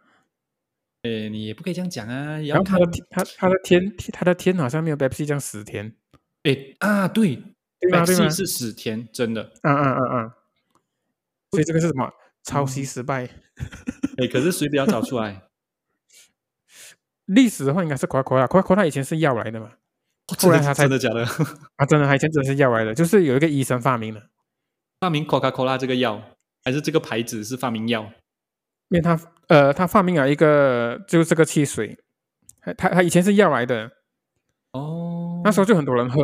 [SPEAKER 1] 诶，你也不可以这样讲啊，也要
[SPEAKER 2] 然后
[SPEAKER 1] 看
[SPEAKER 2] 它的它它的甜它的甜好像没有 Pepsi 这样死甜，
[SPEAKER 1] 诶啊，对
[SPEAKER 2] 对吗？对啊吗
[SPEAKER 1] ，Pepsi？是死甜，真的。
[SPEAKER 2] 啊啊啊啊！所以这个是什么？抄袭失败。
[SPEAKER 1] 诶，可是谁比较早出来？
[SPEAKER 2] 历史的话应该是 Coca Cola，Coca Cola 以前是药来的嘛，
[SPEAKER 1] 真
[SPEAKER 2] 后来
[SPEAKER 1] 的
[SPEAKER 2] 他才
[SPEAKER 1] 真的假的？
[SPEAKER 2] 啊，真的，它以前真的是药来的，就是有一个医生发明的。
[SPEAKER 1] 发明 Coca Cola 这个药，还是这个牌子是发明药？
[SPEAKER 2] 因为他呃，他发明了一个就是这个汽水，他他他以前是药来的，
[SPEAKER 1] 哦，
[SPEAKER 2] 那时候就很多人喝，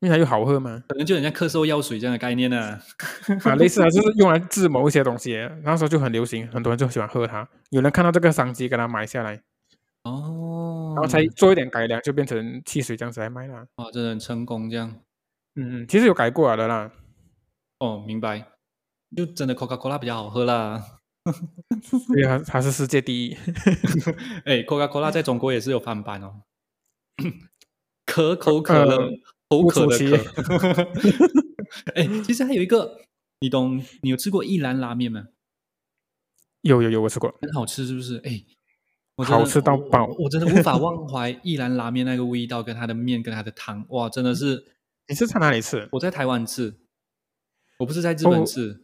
[SPEAKER 2] 因为它又好 喝嘛，
[SPEAKER 1] 可能就人家咳嗽药水这样的概念呢、啊。
[SPEAKER 2] 啊，类似啊，就是用来治某一些东西，啊那时候就很流行，很多人就喜欢喝它，有人看到这个商机，给它买下来，
[SPEAKER 1] 哦，
[SPEAKER 2] 然后才做一点改良，就变成汽水这样子来卖啦。
[SPEAKER 1] 哇，真的很成功这样。
[SPEAKER 2] 嗯嗯，其实有改过来的啦，
[SPEAKER 1] 哦，明白，就真的 Coca Cola 比较好喝啦。
[SPEAKER 2] 所以它它是世界第一。
[SPEAKER 1] 哎，Coca Cola 在中国也是有翻版哦， 可口可乐
[SPEAKER 2] 呃，
[SPEAKER 1] 口
[SPEAKER 2] 不
[SPEAKER 1] 渴
[SPEAKER 2] 出
[SPEAKER 1] 的
[SPEAKER 2] 奇
[SPEAKER 1] 渴。哎，其实还有一个，你懂？你有吃过一兰拉面吗？
[SPEAKER 2] 有有有，我吃过，
[SPEAKER 1] 很好吃，是不是？哎，我真的
[SPEAKER 2] 好吃到爆
[SPEAKER 1] 我我真的无法忘怀一兰拉面那个味道，跟它的面，跟它的汤，哇，真的是
[SPEAKER 2] 你是在哪里吃？
[SPEAKER 1] 我在台湾吃，我不是在日
[SPEAKER 2] 哦
[SPEAKER 1] 本吃。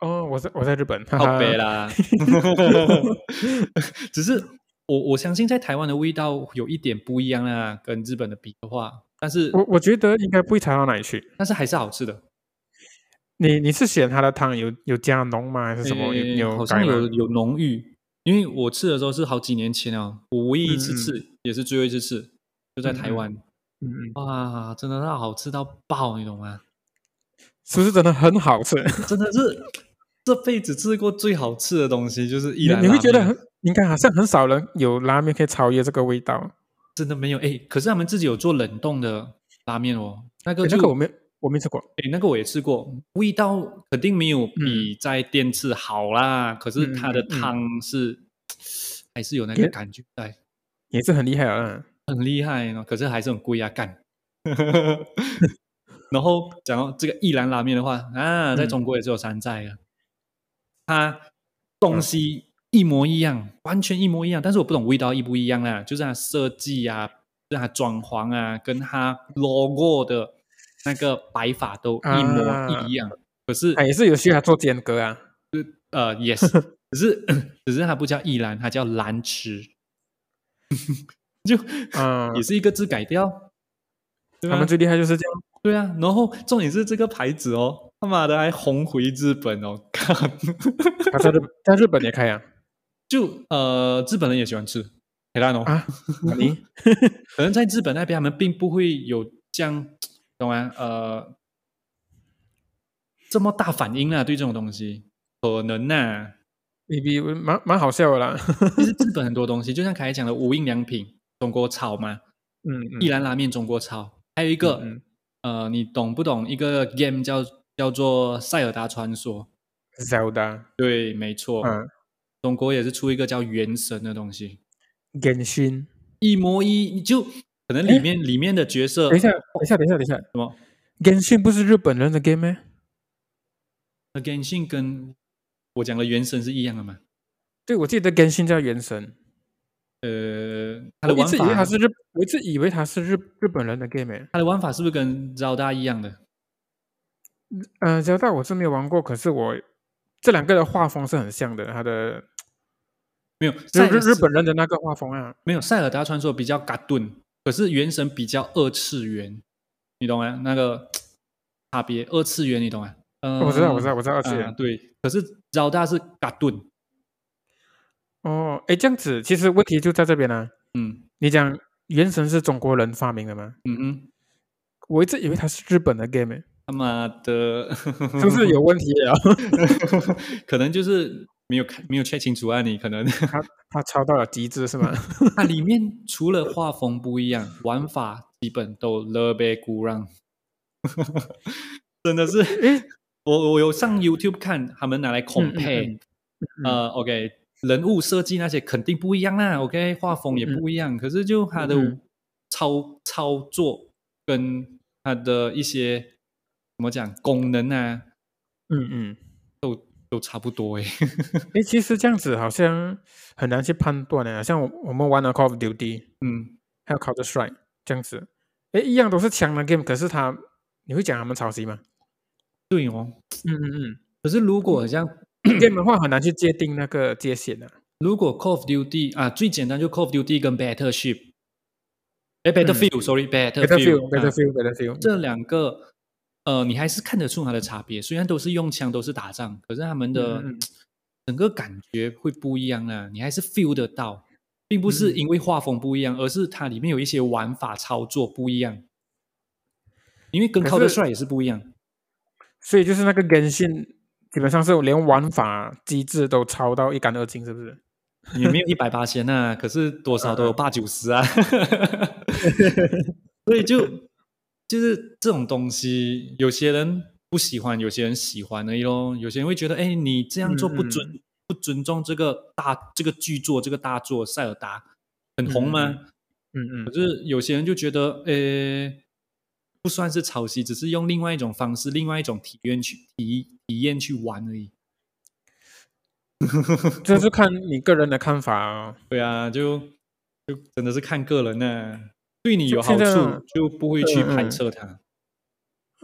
[SPEAKER 2] 哦，我在我在日本， 哈
[SPEAKER 1] 靠
[SPEAKER 2] 哈
[SPEAKER 1] 北啦。 只是我我相信在台湾的味道有一点不一样啦，跟日本的比的话，但是
[SPEAKER 2] 我我觉得应该不会差到哪里去。
[SPEAKER 1] 但是还是好吃的。
[SPEAKER 2] 你你是嫌它的汤有有加浓吗？还是什么？有
[SPEAKER 1] 诶
[SPEAKER 2] 有
[SPEAKER 1] 好
[SPEAKER 2] 改
[SPEAKER 1] 像
[SPEAKER 2] 吗嗯
[SPEAKER 1] 有？有浓郁，因为我吃的时候是好几年前啊，我唯一一次
[SPEAKER 2] 嗯嗯
[SPEAKER 1] 吃、也是最后一次吃，就在台湾。
[SPEAKER 2] 嗯嗯，
[SPEAKER 1] 哇，真的是好吃到爆，你懂吗？
[SPEAKER 2] 是不是真的很好吃？
[SPEAKER 1] 真的是这辈子吃过最好吃的东西，就是一
[SPEAKER 2] 你
[SPEAKER 1] 兰
[SPEAKER 2] 你
[SPEAKER 1] 拉
[SPEAKER 2] 会觉得
[SPEAKER 1] 面
[SPEAKER 2] 很，应该好像很少人有拉面可以超越这个味道。
[SPEAKER 1] 真的没有哎，可是他们自己有做冷冻的拉面哦，那个
[SPEAKER 2] 诶
[SPEAKER 1] 就
[SPEAKER 2] 那个我没我没吃过，
[SPEAKER 1] 诶，那个我也吃过，味道肯定没有比在店吃好啦。可是它的
[SPEAKER 2] 嗯嗯嗯嗯
[SPEAKER 1] 汤是、还是有那
[SPEAKER 2] 也
[SPEAKER 1] 个感觉在，
[SPEAKER 2] 也是很厉害啊。
[SPEAKER 1] 很厉害呢。可是还是很贵啊，干。然后讲到这个一兰拉面的话啊，在
[SPEAKER 2] 嗯
[SPEAKER 1] 中国也是有山寨的，它东西一模一样，完全一模一样，但是我不懂味道一不一样啦，就是它设计啊，就是它装潢啊，跟它 logo 的那个摆法都一模一样。可是
[SPEAKER 2] 啊它也是有需要做间隔啊。
[SPEAKER 1] 呃，yes，只是 只是它不叫一兰，它叫兰池，就
[SPEAKER 2] 嗯
[SPEAKER 1] 也，是一个字改掉。对
[SPEAKER 2] 他
[SPEAKER 1] 吧
[SPEAKER 2] 们最厉害就是这样。
[SPEAKER 1] 对啊，然后重点是这个牌子哦，他妈的还红回日本哦， 看，
[SPEAKER 2] 他在日 本在日本也开啊
[SPEAKER 1] 就呃日本人也喜欢吃，黑蛋哦，
[SPEAKER 2] 啊？你
[SPEAKER 1] 可能在日本那边他们并不会有这样，懂吗？呃，这么大反应啊，对这种东西，可能呐、
[SPEAKER 2] maybe 蛮蛮好笑的啦。
[SPEAKER 1] 其实日本很多东西，就像凯凯讲的无印良品，中国炒嘛，
[SPEAKER 2] 嗯
[SPEAKER 1] 一
[SPEAKER 2] 嗯
[SPEAKER 1] 兰拉面中国炒，还有一个、
[SPEAKER 2] 嗯
[SPEAKER 1] 呃，你懂不懂一个 game 叫叫做《塞尔达传说》？
[SPEAKER 2] ，Zelda，
[SPEAKER 1] 对，没错，
[SPEAKER 2] 嗯
[SPEAKER 1] 中国也是出一个叫《原神》的东西，
[SPEAKER 2] ，Genshin。
[SPEAKER 1] 一模一，就可能里面里面的角色
[SPEAKER 2] 等一下，等一下，等一下，等一下，什
[SPEAKER 1] 么
[SPEAKER 2] ？Genshin 不是日本人的 game 吗？
[SPEAKER 1] ，again 性跟我讲的《原神》是一样的嘛？
[SPEAKER 2] 对，我记得 Genshin 叫原神。
[SPEAKER 1] 呃，他的
[SPEAKER 2] 我一
[SPEAKER 1] 玩
[SPEAKER 2] 直以为他
[SPEAKER 1] 法，
[SPEAKER 2] 是日，我一直以为他是日日本人的 game，欸
[SPEAKER 1] 他的玩法是不是跟招大一样的？
[SPEAKER 2] 呃，交大我是没有玩过，可是我这两个的画风是很像的，他的
[SPEAKER 1] 没有，
[SPEAKER 2] 日
[SPEAKER 1] 塞
[SPEAKER 2] 日
[SPEAKER 1] 尔
[SPEAKER 2] 日
[SPEAKER 1] 是
[SPEAKER 2] 本人的那个画风啊，
[SPEAKER 1] 没有塞尔达传说比较嘎顿，可是原神比较二次元，你懂吗？那个差别，二次元你懂吗？嗯、
[SPEAKER 2] 我知道，我知道，，我知道，而且、
[SPEAKER 1] 啊、对，可是招大是嘎顿，
[SPEAKER 2] 哦，哎，这样子，其实问题就在这边啊。
[SPEAKER 1] 嗯
[SPEAKER 2] 你讲《原神》是中国人发明的吗？
[SPEAKER 1] 嗯哼，
[SPEAKER 2] 我一直以为它是日本的 game，欸
[SPEAKER 1] 他妈 的，
[SPEAKER 2] 是不是有问题 啊？
[SPEAKER 1] 可能就是没有看没有 check 清楚啊，你可 能
[SPEAKER 2] 他抄到了极致是吗？
[SPEAKER 1] 它里面除了画风不一样，玩法基本都勒贝古让，真的是，我我有上 YouTube 看他们拿
[SPEAKER 2] 嗯
[SPEAKER 1] 来 compare，、呃，OK，人物设计那些肯定不一样啦，OK，画风也不一样，可是就它的
[SPEAKER 2] 嗯
[SPEAKER 1] 操、操作跟它的一些怎么讲功能啊，
[SPEAKER 2] 嗯嗯。
[SPEAKER 1] 都差不多诶、
[SPEAKER 2] 哎，其实这样子好像很难去判断的，像我我们玩了 Call of Duty，
[SPEAKER 1] 嗯，
[SPEAKER 2] 还有 Counter Strike 这样子，哎，一样都是枪的 game，可是它你会讲他们抄袭吗？
[SPEAKER 1] 对哦。
[SPEAKER 2] 嗯嗯
[SPEAKER 1] 可是如果好像
[SPEAKER 2] 嗯 ，game 的话很难去界定那个界限啊的、
[SPEAKER 1] 如果 Call of Duty 啊，最简单就 Call of Duty 跟 Battleship，哎，Battlefield，sorry，Battlefield，Battlefield，
[SPEAKER 2] 嗯 Battlefield，Battlefield，Battlefield，
[SPEAKER 1] 啊这两个，呃，你还是看得出它的差别。虽然都是用枪，都是打仗，可是他们的
[SPEAKER 2] 嗯嗯嗯
[SPEAKER 1] 整个感觉会不一样啊，你还是 feel 得到，并不是
[SPEAKER 2] 嗯
[SPEAKER 1] 因为画风不一样，而是它里面有一些玩法操作不一样。因为跟
[SPEAKER 2] 可
[SPEAKER 1] Counter
[SPEAKER 2] 是
[SPEAKER 1] Strike 也是不一样，
[SPEAKER 2] 所以就是那个 Genshin 基本上是连玩法机制都抄到一干二净，是不是？
[SPEAKER 1] 也没有一百八千啊，可是多少都有八九十啊，所以就就是这种东西，有些人不喜欢，有些人喜欢而已咯。有些人会觉得，哎，你这样做不尊、不尊重这个大这个巨作这个大作《塞尔达》很红吗？
[SPEAKER 2] 嗯嗯
[SPEAKER 1] 可是有些人就觉得，呃，不算是抄袭，只是用另外一种方式、另外一种体验去体体验去玩而已。
[SPEAKER 2] 嗯，这是看你个人的看法哦。
[SPEAKER 1] 对啊，就就真的是看个人呢、对你
[SPEAKER 2] 就
[SPEAKER 1] 有好
[SPEAKER 2] 现在啊
[SPEAKER 1] 处就不会去
[SPEAKER 2] 嗯嗯
[SPEAKER 1] 排斥 它，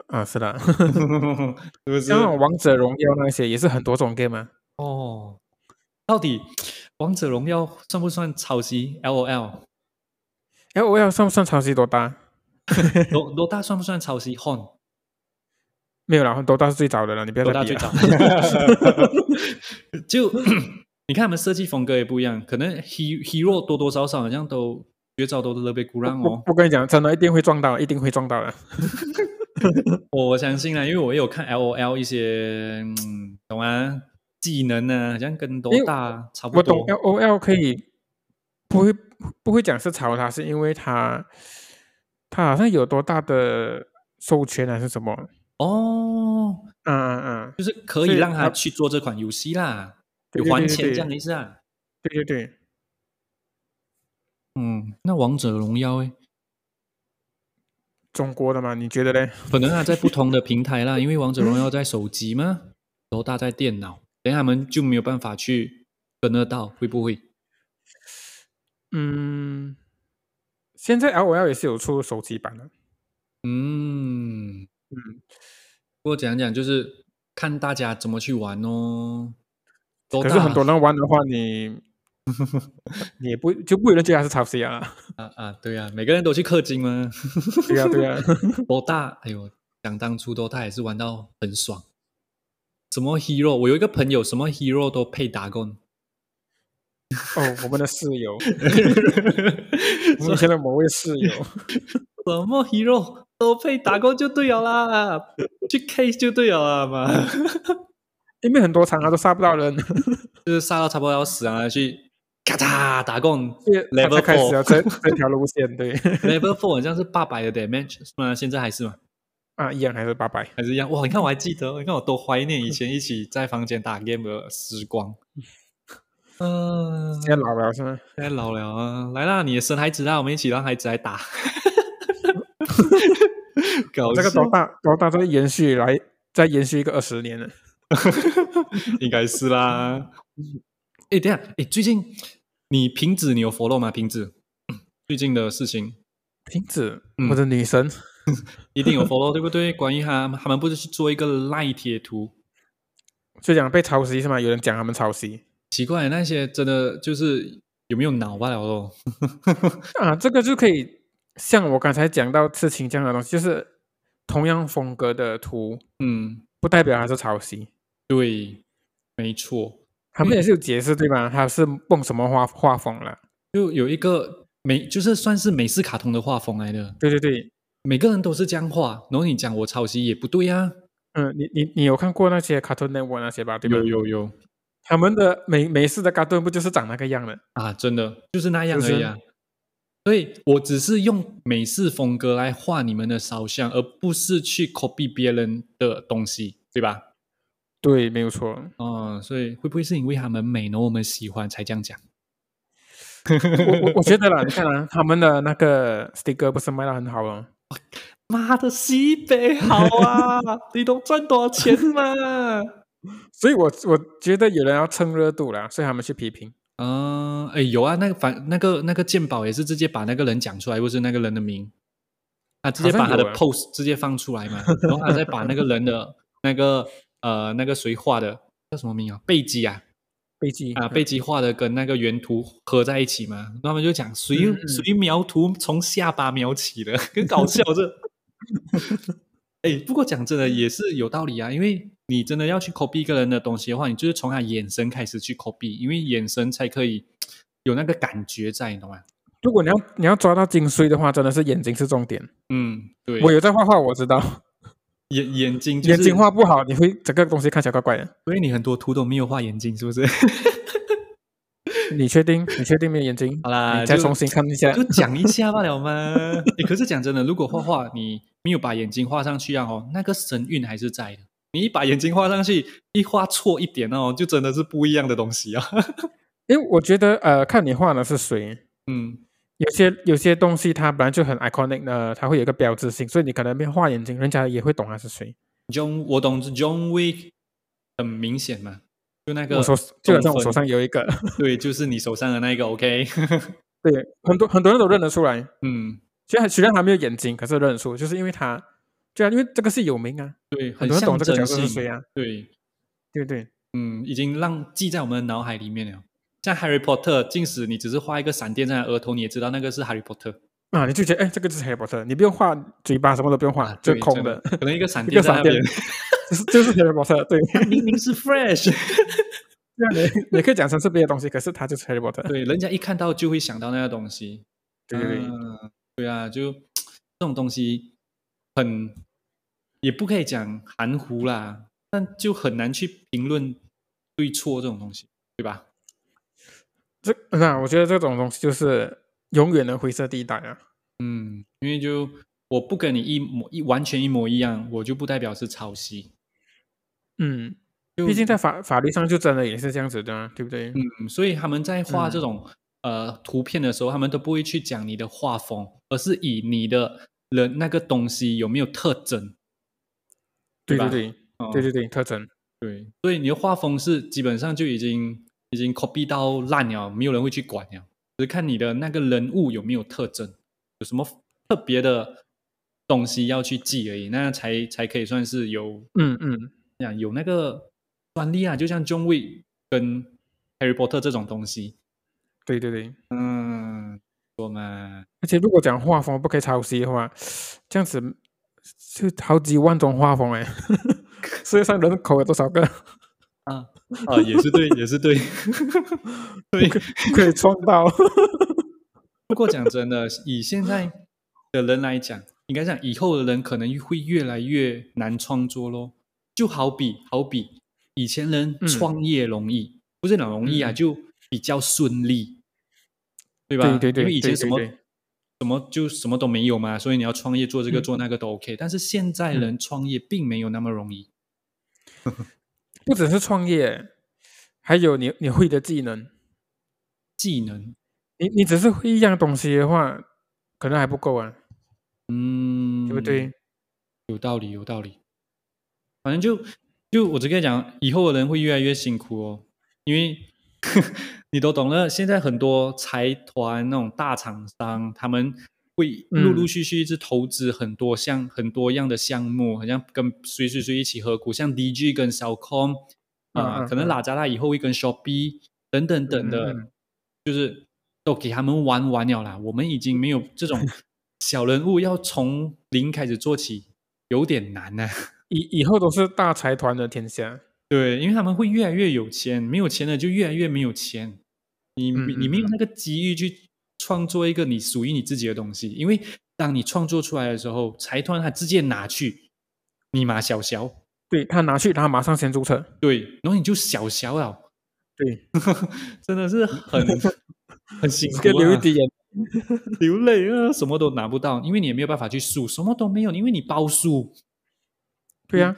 [SPEAKER 2] 啊，是的，
[SPEAKER 1] 是不是
[SPEAKER 2] 像？那种王者荣耀那些也是很多种 game 啊。
[SPEAKER 1] 哦，到底王者荣耀算不算抄袭？LOL
[SPEAKER 2] 哎，我要算不算抄袭多大？
[SPEAKER 1] 罗罗大算不算抄袭？Hon
[SPEAKER 2] 没有啦，多大是最早的了，你不要
[SPEAKER 1] 罗
[SPEAKER 2] 再
[SPEAKER 1] 大
[SPEAKER 2] 比啊
[SPEAKER 1] 最
[SPEAKER 2] 了。
[SPEAKER 1] 早， 就 你看他们设计风格也不一样，可能 He Hero 多多少少好像都绝招都是特别古 让
[SPEAKER 2] 我
[SPEAKER 1] 哦，
[SPEAKER 2] 我跟你讲，真的一定会撞到，一定会撞到的。
[SPEAKER 1] 我我相信啊啦，因为我也有看 L O L 一些，嗯，懂啊，技能呢、好像跟多
[SPEAKER 2] 因为
[SPEAKER 1] 大差不
[SPEAKER 2] 我懂
[SPEAKER 1] 多。
[SPEAKER 2] L O L 可以不会不会讲是抄他，是因为他他好像有多大的授权还是什么？
[SPEAKER 1] 哦，
[SPEAKER 2] 嗯嗯嗯，
[SPEAKER 1] 就是可以
[SPEAKER 2] 所以
[SPEAKER 1] 让他
[SPEAKER 2] 它
[SPEAKER 1] 去做这款游戏啦，
[SPEAKER 2] 对
[SPEAKER 1] 有
[SPEAKER 2] 对
[SPEAKER 1] 还
[SPEAKER 2] 对对
[SPEAKER 1] 钱
[SPEAKER 2] 对
[SPEAKER 1] 这样的意思啊。
[SPEAKER 2] 对对对。
[SPEAKER 1] 嗯，那王者荣耀欸诶，
[SPEAKER 2] 中国的嘛？你觉得嘞？
[SPEAKER 1] 可能啊在不同的平台啦，因为王者荣耀在手机嘛，多大在电脑，等一下他们就没有办法去跟得到，会不会？
[SPEAKER 2] 嗯，现在 L O L 也是有出手机版的。
[SPEAKER 1] 嗯，
[SPEAKER 2] 嗯，
[SPEAKER 1] 不过讲讲就是看大家怎么去玩哦。多
[SPEAKER 2] 可是
[SPEAKER 1] 大
[SPEAKER 2] 很多人玩的话， 你你也不就不有人觉得它是抄袭啊？
[SPEAKER 1] 啊啊，对啊，每个人都去氪金 嘛。
[SPEAKER 2] 对
[SPEAKER 1] 啊
[SPEAKER 2] 呀、对呀、
[SPEAKER 1] 多大？哎呦，想当初多大也是玩到很爽。什么 hero？我有一个朋友，什么 hero 都配打工。
[SPEAKER 2] 哦，我们的室友，我们以
[SPEAKER 1] 什
[SPEAKER 2] 前的某位室友，
[SPEAKER 1] 么 hero 都配打工就对了啦，去 K 就对了啦嘛。
[SPEAKER 2] 因为很多场他都杀不到人，
[SPEAKER 1] 就是杀到差不多要死啊，去咔嚓打工。
[SPEAKER 2] 所以他
[SPEAKER 1] Level
[SPEAKER 2] 才开始
[SPEAKER 1] four
[SPEAKER 2] 要这这条路线。对
[SPEAKER 1] Level Four 好像是八百的 damage 是吗？现在还是吗？
[SPEAKER 2] 啊，一样还是八百。
[SPEAKER 1] 还是一样哇！你看我还记得，你看我多怀念以前一起在房间打 game 的时 光。嗯、
[SPEAKER 2] 现在老了是吗？
[SPEAKER 1] 现在老了啊，来啦！你也生孩子啦，我们一起让孩子来 打。搞
[SPEAKER 2] 这个
[SPEAKER 1] 笑
[SPEAKER 2] 多大多大在延续来再延续一个二十年了。
[SPEAKER 1] 应该是啦。哎，等一下，哎，最近你瓶子你有 follow 吗？瓶子 最近的事情
[SPEAKER 2] 瓶子，
[SPEAKER 1] 嗯
[SPEAKER 2] 我的女神，
[SPEAKER 1] 一 定有 follow 对不对？关于他他们不是去做一个赖贴图，
[SPEAKER 2] 就讲被抄袭是吗？有人讲他们抄袭
[SPEAKER 1] 奇怪那些真的就是有没有脑罢了咯。
[SPEAKER 2] 啊，这个就可以像我刚才讲到刺青这样的东西，就是同样风格的图，
[SPEAKER 1] 嗯，
[SPEAKER 2] 不代表它是抄袭，
[SPEAKER 1] 对，没错，
[SPEAKER 2] 他们也是有解释对吧？他是蹦什么画画风了？
[SPEAKER 1] 就有一个美，就是算是美式卡通的画风来的，
[SPEAKER 2] 对对对，
[SPEAKER 1] 每个人都是这样画，然后你讲我抄袭也不对啊呀、
[SPEAKER 2] 嗯，你你你有看过那些 Cartoon Network 那些吧？对吧？
[SPEAKER 1] 有有
[SPEAKER 2] 他们的美美式的 Cartoon 不就是长那个样的？
[SPEAKER 1] 啊，真的就是那样
[SPEAKER 2] 就
[SPEAKER 1] 而
[SPEAKER 2] 是
[SPEAKER 1] 已啊。所以我只是用美式风格来画你们的肖像，而不是去 copy 别人的东西，对吧？
[SPEAKER 2] 对，没有错。
[SPEAKER 1] 哦，所以会不会是因为他们美，然后我们喜欢才这样讲？
[SPEAKER 2] 我我我觉得啦，你看啊，他们的那个 sticker 不是卖的很好哦。
[SPEAKER 1] 妈的，西北好 啊！你都赚多少钱嘛？
[SPEAKER 2] 所以我我觉得有人要蹭热度啦，所以他们去批评。
[SPEAKER 1] 嗯，哎，有啊，那个反那个那个鉴宝也是直接把那个人讲出来，不是那个人的名，他直接
[SPEAKER 2] 好像
[SPEAKER 1] 把他的
[SPEAKER 2] 有啊
[SPEAKER 1] post 直接放出来嘛，然后他再把那个人的 那个呃那个谁画的叫什么名啊？贝基啊
[SPEAKER 2] 飞机
[SPEAKER 1] 啊，贝基画的跟那个原图合在一起嘛，然后他们就讲谁、
[SPEAKER 2] 嗯嗯
[SPEAKER 1] 谁描图从下巴描起的， 很搞笑这。哎，不过讲真的也是有道理啊，因为你真的要去 copy 一个人的东西的话，你就是从他眼神开始去 copy，因为眼神才可以有那个感觉在，你懂吗？
[SPEAKER 2] 如果你要你要抓到精髓的话，真的是眼睛是重点。
[SPEAKER 1] 嗯，对，
[SPEAKER 2] 我有在画画，我知道，
[SPEAKER 1] 眼眼睛、 就是、
[SPEAKER 2] 眼睛，画不好，你会整个东西看起来怪怪 的。
[SPEAKER 1] 所以你很多图都没有画眼睛，是不是？
[SPEAKER 2] 你确定？你确定没有眼睛？
[SPEAKER 1] 好啦，
[SPEAKER 2] 你再
[SPEAKER 1] 啊就
[SPEAKER 2] 重新看一下
[SPEAKER 1] 就。讲一下罢了嘛。 诶可是讲真的，如果画画你没有把眼睛画上去啊，哦，那个神韵还是在的。你一把眼睛画上去，一画错一点哦，就真的是不一样的东西啊。
[SPEAKER 2] 因为我觉得呃，看你画的是谁。
[SPEAKER 1] 嗯，
[SPEAKER 2] 有些有些东西它本来就很 iconic 的，它会有一个标志性，所以你可能没画眼睛，人家也会懂他是谁。
[SPEAKER 1] John，我懂 John Wick，很明显嘛，就那个
[SPEAKER 2] 我手就好像我
[SPEAKER 1] 中分
[SPEAKER 2] 手上有一个，
[SPEAKER 1] 对，就是你手上的那一个 OK。
[SPEAKER 2] 对，很多很多人都认得出来。
[SPEAKER 1] 嗯，
[SPEAKER 2] 虽然虽然他没有眼睛，可是认得出，就是因为他，对啊，因为这个是有名啊，
[SPEAKER 1] 对，很
[SPEAKER 2] 很多人
[SPEAKER 1] 象
[SPEAKER 2] 懂这个角
[SPEAKER 1] 征
[SPEAKER 2] 色
[SPEAKER 1] 性。
[SPEAKER 2] 是谁啊，
[SPEAKER 1] 对，
[SPEAKER 2] 对不对？
[SPEAKER 1] 嗯，已经让记在我们的脑海里面了。像 Harry Potter，即使你只是画一个闪电在他额头，你也知道那个是 Harry Potter。
[SPEAKER 2] 啊，你就觉得哎，这个就是 Harry Potter，你不用画嘴巴，什么都不用画，就
[SPEAKER 1] 啊对
[SPEAKER 2] 空
[SPEAKER 1] 真
[SPEAKER 2] 的，
[SPEAKER 1] 可能一个 闪
[SPEAKER 2] 一
[SPEAKER 1] 电
[SPEAKER 2] 个
[SPEAKER 1] 在那
[SPEAKER 2] 闪电
[SPEAKER 1] 边，，
[SPEAKER 2] 就是就是 Harry Potter，对，
[SPEAKER 1] 它明明是 fresh，
[SPEAKER 2] 对啊，你你可以讲成是别的东西，可是他就是 Harry Potter，
[SPEAKER 1] 对，人家一看到就会想到那个东 西。
[SPEAKER 2] 对对对，
[SPEAKER 1] 啊对啊，就这种东西很也不可以讲含糊啦，但就很难去评论对错这种东西，对吧？
[SPEAKER 2] 这那我觉得这种东西就是永远的灰色地带啊，
[SPEAKER 1] 嗯，因为就我不跟你一模一完全一模一样，我就不代表是抄袭。
[SPEAKER 2] 嗯，
[SPEAKER 1] 就
[SPEAKER 2] 毕竟在法法律上就真的也是这样子的、啊，对不对？
[SPEAKER 1] 嗯，所以他们在画
[SPEAKER 2] 嗯
[SPEAKER 1] 这种、呃图片的时候，他们都不会去讲你的画风，而是以你的人那个东西有没有特征。
[SPEAKER 2] 对
[SPEAKER 1] 对
[SPEAKER 2] 嗯对
[SPEAKER 1] 吧
[SPEAKER 2] 对
[SPEAKER 1] 哦
[SPEAKER 2] 对对对，特征。
[SPEAKER 1] 对，所以你的画风是基本上就已经已经 copy 到烂了，没有人会去管了，只是看你的那个人物有没有特征，有什么特别的东西要去记而已，那才才可以算是有
[SPEAKER 2] 嗯嗯，
[SPEAKER 1] 讲有那个专利啊，就像 John Wick 跟 Harry Potter 这种东西，
[SPEAKER 2] 对对对。
[SPEAKER 1] 嗯，我们
[SPEAKER 2] 而且如果讲画风不可以抄袭的话，这样子就好几万种画风哎， 世界上人口有多少个？
[SPEAKER 1] 啊啊也是对，也是对。
[SPEAKER 2] 可以创造
[SPEAKER 1] 不过讲真的，以现在的人来讲，应该讲以后的人可能会越来越难创作咯。就好比好比以前人
[SPEAKER 2] 嗯
[SPEAKER 1] 创业容易，不是很容易啊，
[SPEAKER 2] 嗯
[SPEAKER 1] 就比较顺利，对吧？
[SPEAKER 2] 对对
[SPEAKER 1] 因为以前
[SPEAKER 2] 对
[SPEAKER 1] 什么
[SPEAKER 2] 对对
[SPEAKER 1] 什么就什么都没有嘛，所以你要创业做这个
[SPEAKER 2] 嗯
[SPEAKER 1] 做那个都 OK、但是现在人创业并没有那么容易。
[SPEAKER 2] 不只是创业，还有你你会的技能。
[SPEAKER 1] 技能，
[SPEAKER 2] 你你只是会一样东西的话，可能还不够啊，
[SPEAKER 1] 嗯，
[SPEAKER 2] 对不对？？
[SPEAKER 1] 有道理，有道理。反正就就我只跟你讲，以后的人会越来越辛苦哦，因为 你都懂了。现在很多财团那种大厂商，他们会
[SPEAKER 2] 嗯
[SPEAKER 1] 陆陆续续一直投资很多项、很多样的项目，好像跟谁谁谁一起合股，像 DG 跟 Salcom 啊、
[SPEAKER 2] 嗯嗯
[SPEAKER 1] 可能
[SPEAKER 2] 嗯
[SPEAKER 1] 拉扎拉以后会跟 Shopee 等等等的，
[SPEAKER 2] 嗯
[SPEAKER 1] 就是都给他们玩完了啦。我们已经没有这 种小人物要从零开始做起，有点难啊呢、
[SPEAKER 2] 以以后都是大财团的天下。
[SPEAKER 1] 对，因为他们会越来越有钱，没有钱的就越来越没有钱。你
[SPEAKER 2] 嗯
[SPEAKER 1] 你
[SPEAKER 2] 嗯
[SPEAKER 1] 你没有
[SPEAKER 2] 嗯
[SPEAKER 1] 那个机遇去创作一个你属于你自己的东西，因为当你创作出来的时候，财团他直接拿去，你嘛小小，
[SPEAKER 2] 对他拿去，他马上先注册。
[SPEAKER 1] 对，然后你就小小了，
[SPEAKER 2] 对，
[SPEAKER 1] 真的是 很很辛苦、
[SPEAKER 2] 给
[SPEAKER 1] 啊，
[SPEAKER 2] 留一滴眼。
[SPEAKER 1] 流泪啊，什么都拿不到，因为你也没有办法去诉，什么都没有，因为你包输，
[SPEAKER 2] 对
[SPEAKER 1] 啊
[SPEAKER 2] 呀、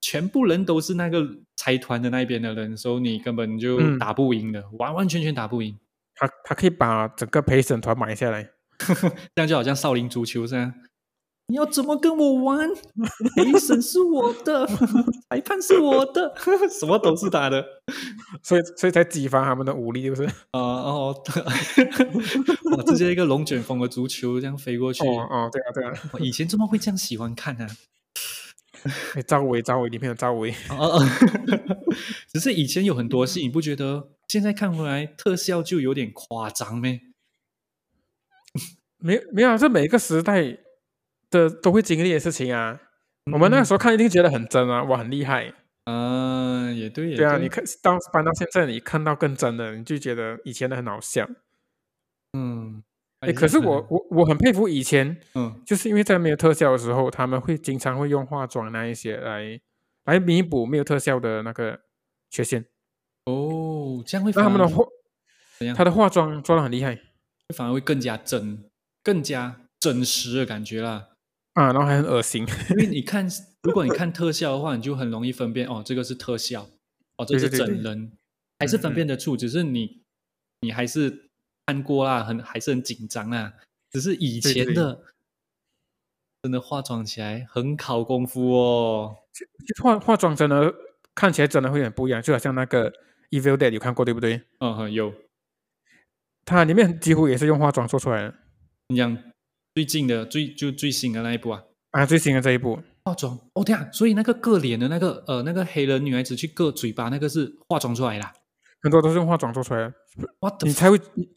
[SPEAKER 1] 全部人都是那个财团的那边的人，所以你根本就
[SPEAKER 2] 嗯
[SPEAKER 1] 打不赢的，完完全全打不赢。
[SPEAKER 2] 他他可以把整个陪审团买下来。
[SPEAKER 1] 这样就好像少林足球这样，你要怎么跟我玩？陪审是我 的，裁判是我的， 什么都是他的。
[SPEAKER 2] 所以所以才激发他们的武力，就是
[SPEAKER 1] 啊、哦， 哇，直接一个龙卷风的足球这样飞过去。
[SPEAKER 2] 哦哦，对啊 对啊，
[SPEAKER 1] 我以前怎么会这样喜欢看啊呢、
[SPEAKER 2] 哎，赵薇赵薇里面有赵薇，
[SPEAKER 1] 啊？哦哦， 只是以前有很多戏，你不觉得现在看回来特效就有点夸张咩？
[SPEAKER 2] 没有没有啊，这每一个时代的都会经历的事情啊。我们那
[SPEAKER 1] 嗯
[SPEAKER 2] 个时候看一定觉得很真啊，哇，很厉害。
[SPEAKER 1] 啊、也对，也
[SPEAKER 2] 对啊，你看到搬到现在，你看到更真的，你就觉得以前的很好笑。
[SPEAKER 1] 嗯，
[SPEAKER 2] 哎，可是我，我我很佩服以前，
[SPEAKER 1] 嗯
[SPEAKER 2] 就是因为在没有特效的时候，他们会经常会用化妆那一些来来弥补没有特效的那个缺陷。
[SPEAKER 1] 哦，这样会
[SPEAKER 2] 那他们的
[SPEAKER 1] 反而
[SPEAKER 2] 化
[SPEAKER 1] 怎样
[SPEAKER 2] 他的化妆做的很厉害
[SPEAKER 1] 反而会更加真、更加真实的感觉啦。
[SPEAKER 2] 啊，然后还很恶心。
[SPEAKER 1] 因为你看，如果你看特效的话，你就很容易分辨哦，这个是特效，哦，这
[SPEAKER 2] 对
[SPEAKER 1] 是
[SPEAKER 2] 对
[SPEAKER 1] 整
[SPEAKER 2] 对
[SPEAKER 1] 人，
[SPEAKER 2] 对
[SPEAKER 1] 还是分
[SPEAKER 2] 嗯嗯
[SPEAKER 1] 辨得出。只是你，你还是看过啦，很还是很紧张啦。只是以
[SPEAKER 2] 对
[SPEAKER 1] 前
[SPEAKER 2] 对
[SPEAKER 1] 的，真的化妆起来很考功夫哦。
[SPEAKER 2] 就化化妆真的看起来真的会很不一样，就好像那个《Evil Dead》有看过对不对？
[SPEAKER 1] 嗯哼，有
[SPEAKER 2] 它里面几乎也是用化妆做出来的
[SPEAKER 1] 你讲最近的最就最新的那一部啊，
[SPEAKER 2] 啊。最新的这一部
[SPEAKER 1] 化妆哦，对啊，所以那个割脸的那个呃那个黑人女孩子去割嘴巴那个是化妆出来的啊。
[SPEAKER 2] 很多都是用化妆做出来的，
[SPEAKER 1] What the
[SPEAKER 2] 你才会，你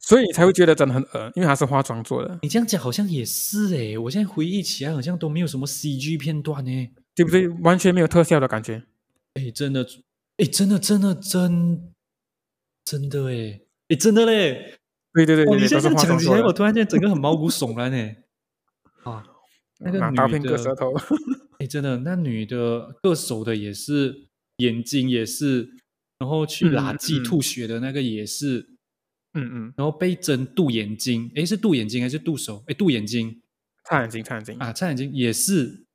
[SPEAKER 2] 所以你才会觉得真的很恶，因为它是化妆做的，
[SPEAKER 1] 你这样讲好像也是诶、我现在回忆起来好像都没有什么 CG 片段欸呢、
[SPEAKER 2] 对不对？完全没有特效的感觉。
[SPEAKER 1] 诶，真的，诶，真的，真的，真真的诶、诶，真的嘞！
[SPEAKER 2] 对对对
[SPEAKER 1] 哇，
[SPEAKER 2] 对
[SPEAKER 1] 哦你
[SPEAKER 2] 对，
[SPEAKER 1] 现在
[SPEAKER 2] 都
[SPEAKER 1] 这样
[SPEAKER 2] 是化
[SPEAKER 1] 讲
[SPEAKER 2] 妆
[SPEAKER 1] 起
[SPEAKER 2] 做
[SPEAKER 1] 来，我
[SPEAKER 2] 的。
[SPEAKER 1] 突然间整个很毛骨悚然 诶、啊，那个
[SPEAKER 2] 拿
[SPEAKER 1] 女
[SPEAKER 2] 刀片割
[SPEAKER 1] 的
[SPEAKER 2] 舌头，
[SPEAKER 1] 诶，真的，那女的各手的也是，眼睛也是，然后去拉
[SPEAKER 2] 嗯
[SPEAKER 1] 鸡
[SPEAKER 2] 嗯
[SPEAKER 1] 吐血的那个也是，
[SPEAKER 2] 嗯嗯，
[SPEAKER 1] 然后被针镀眼睛，诶，是镀眼睛还是镀手？诶，镀眼睛。
[SPEAKER 2] 擦眼睛，擦眼睛，
[SPEAKER 1] 啊，蔡眼睛也是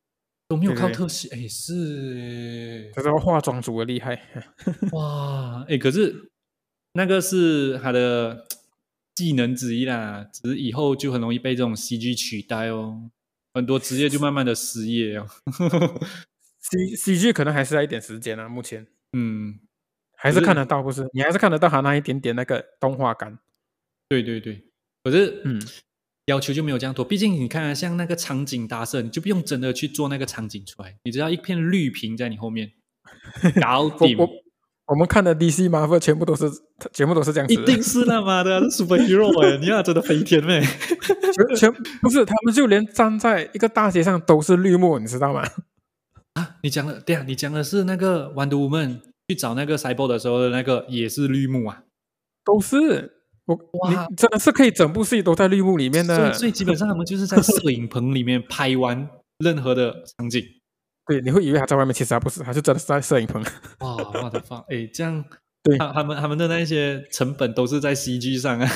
[SPEAKER 1] 都没有
[SPEAKER 2] 嗯对
[SPEAKER 1] 靠
[SPEAKER 2] 对
[SPEAKER 1] 特效，哎，是
[SPEAKER 2] 这是化妆组的厉害。
[SPEAKER 1] 哎哇，哎，可是那个是他的技能之一啦，只是以后就很容易被这种 CG 取代哦，很多职业就慢慢的失业哦。
[SPEAKER 2] 喜喜剧可能还是要一点时间啊，目前
[SPEAKER 1] 嗯，
[SPEAKER 2] 还
[SPEAKER 1] 可
[SPEAKER 2] 是
[SPEAKER 1] 是
[SPEAKER 2] 看得到，不是？你还是看得到它那一点点那个动画感。
[SPEAKER 1] 对对对，可是
[SPEAKER 2] 嗯，
[SPEAKER 1] 要求就没有这样多，毕竟你看啊、像那个场景搭设，你就不用真的去做那个场景出来，你只要一片绿屏在你后 面，搞
[SPEAKER 2] 我
[SPEAKER 1] 定。
[SPEAKER 2] 我我们看的 DC、Marvel 全部都是全部都是这样子
[SPEAKER 1] 一
[SPEAKER 2] 的，
[SPEAKER 1] 定是那妈的， 是 superhero 哎、你要真的飞天妹、
[SPEAKER 2] 全全不是他们就连站在一个大街上都是绿幕，你知道吗？
[SPEAKER 1] 你讲的，对啊，你讲的是那个 Wonder Woman 去找那个 Cyborg 的时候的那个也是绿幕啊，
[SPEAKER 2] 都是我
[SPEAKER 1] 哇
[SPEAKER 2] 你真的是可以整部戏都在绿幕里面
[SPEAKER 1] 所
[SPEAKER 2] 的
[SPEAKER 1] 以，所以基本上他们就是在摄影棚里面拍完任何的场景。
[SPEAKER 2] 对，你会以为他在外面，其实他不是，他就真的是在摄影棚。
[SPEAKER 1] 哇，我的妈！哎，这样，
[SPEAKER 2] 对
[SPEAKER 1] 他他们他们的那些成本都是在 CG 上啊。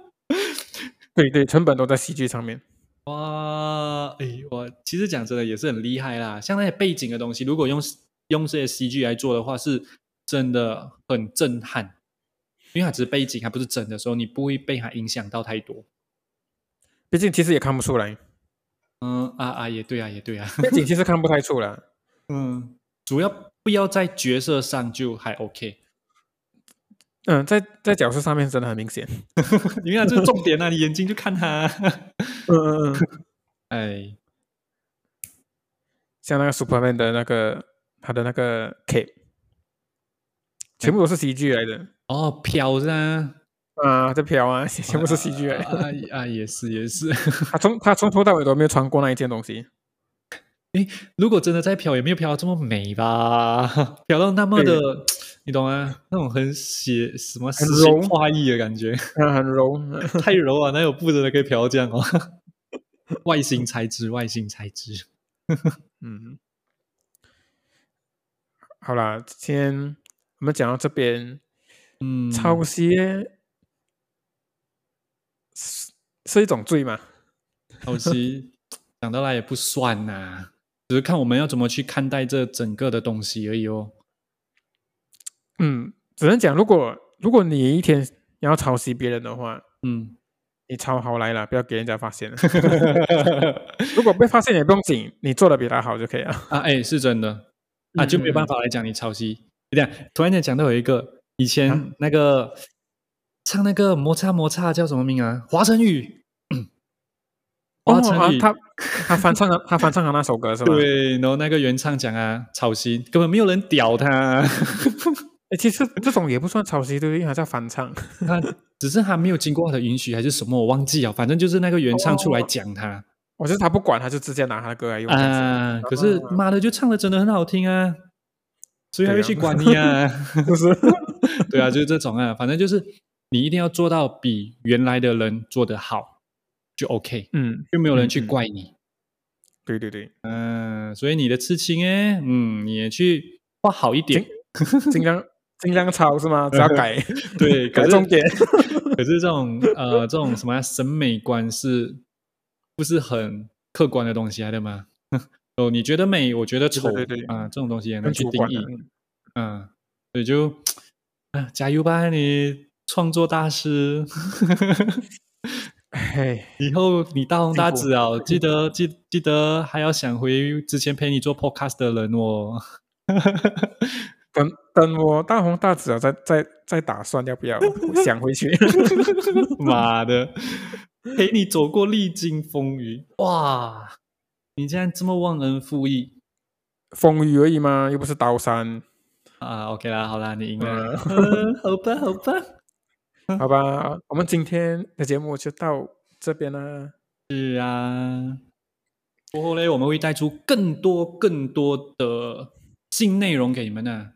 [SPEAKER 2] 对对，成本都在戏剧上面。
[SPEAKER 1] 哇，哎，我其实讲真的也是很厉害啦。像那些背景的东西，如果用用这些 CG 来做的话，是真的很震撼，因为它只是背景，它不是真的时候，你不会被它影响到太多。
[SPEAKER 2] 毕竟其实也看不出 来，
[SPEAKER 1] 嗯啊啊，也对啊，也对啊。
[SPEAKER 2] 背景其实看不太出来。
[SPEAKER 1] 嗯，主要不要在角色上就还 OK。
[SPEAKER 2] 嗯，在在角色上面真的很明显。
[SPEAKER 1] 你看这是重点啊，你眼睛就看他。
[SPEAKER 2] 嗯嗯嗯，
[SPEAKER 1] 哎，
[SPEAKER 2] 像那个 Superman 的那个他的那个 cape，全部都是 CG 来的
[SPEAKER 1] 哦，飘噻、啊，
[SPEAKER 2] 嗯啊，在飘啊，全部是 CG 来的。
[SPEAKER 1] 啊 啊啊，也是也是。
[SPEAKER 2] 他从他从头到尾都没有穿过那一件东西。
[SPEAKER 1] 如果真的在飘，也没有飘到这么美吧？ 飘到那么的，你懂啊？那种很写什么诗
[SPEAKER 2] 柔
[SPEAKER 1] 情画意的感觉，
[SPEAKER 2] 嗯，很柔。
[SPEAKER 1] 太柔啊！哪有布真的可以飘到这样哦？ 外星材质，外星材质。
[SPEAKER 2] 嗯，好啦，今天我们讲到这边，
[SPEAKER 1] 嗯，
[SPEAKER 2] 抄袭是是一种罪吗？
[SPEAKER 1] 抄袭，讲到来也不算呐、只是看我们要怎么去看待这整个的东西而已哦。
[SPEAKER 2] 嗯，只能讲，如果如果你一天要抄袭别人的话，
[SPEAKER 1] 嗯，
[SPEAKER 2] 你抄好来了，不要给人家 发现了。如果被发现也不用紧，你做的比他好就可以了。
[SPEAKER 1] 啊，哎，是真的啊，
[SPEAKER 2] 嗯
[SPEAKER 1] 就没有
[SPEAKER 2] 嗯
[SPEAKER 1] 办法来讲你抄袭。对、嗯，突然间讲到有一个以
[SPEAKER 2] 啊
[SPEAKER 1] 前那个、唱那个摩擦摩擦叫什么名啊？华晨宇，
[SPEAKER 2] 哦
[SPEAKER 1] 华晨
[SPEAKER 2] 啊
[SPEAKER 1] 宇，
[SPEAKER 2] 他他翻唱了，他翻唱了那首歌是吧？
[SPEAKER 1] 对，然后那个原唱讲啊，抄袭，根本没有人屌 他，
[SPEAKER 2] 诶，其实这种也不算抄袭，对不对？它叫翻唱。
[SPEAKER 1] 他只是他没有经过他的允许还是什么，我忘记了，反正就是那个原唱出来讲他。
[SPEAKER 2] 我是他不管，他就直接拿他的歌来用。这样子
[SPEAKER 1] 啊，可是妈的，就唱的真的很好听啊，谁还会去管你啊？
[SPEAKER 2] 就是
[SPEAKER 1] 对啊，就是这种啊，反正就是你一定要做到比原来的人做得好，就 OK，
[SPEAKER 2] 嗯，
[SPEAKER 1] 就没有人去
[SPEAKER 2] 嗯嗯
[SPEAKER 1] 怪你。
[SPEAKER 2] 对 对对，
[SPEAKER 1] 嗯、所以你的刺青哎，嗯，你也去画好一点。
[SPEAKER 2] 尽量尽量抄是吗？只 要改
[SPEAKER 1] 对，可
[SPEAKER 2] 改
[SPEAKER 1] 是
[SPEAKER 2] 重点。
[SPEAKER 1] 可是这种呃这种什么审美观是不是很客观的东西来的吗？ 哦，你觉得美，我觉得丑，
[SPEAKER 2] 对对对
[SPEAKER 1] 啊，这种东西也能
[SPEAKER 2] 很
[SPEAKER 1] 去
[SPEAKER 2] 主
[SPEAKER 1] 定
[SPEAKER 2] 观
[SPEAKER 1] 义
[SPEAKER 2] 的。。
[SPEAKER 1] 嗯，所以就啊，加油吧，你创作大师！
[SPEAKER 2] 哎，
[SPEAKER 1] 以后你大红大
[SPEAKER 2] 进步
[SPEAKER 1] 紫啊，记得记记得还要想回之前陪你做 podcast 的人哦。
[SPEAKER 2] 等等我大红大紫了，再再再打算要不要想 回去。
[SPEAKER 1] 妈的，陪你走过历经风雨，哇！你竟然这么忘恩负义
[SPEAKER 2] 风雨而已嘛，又不是刀山，
[SPEAKER 1] 啊！OK 啦，好啦，你赢了。
[SPEAKER 2] 嗯
[SPEAKER 1] 呃好吧，好吧，
[SPEAKER 2] 好吧？啊我们今天的节目就到这边啦。
[SPEAKER 1] 是啊。过后嘞，我们会带出更多更多的新内容给你们呢、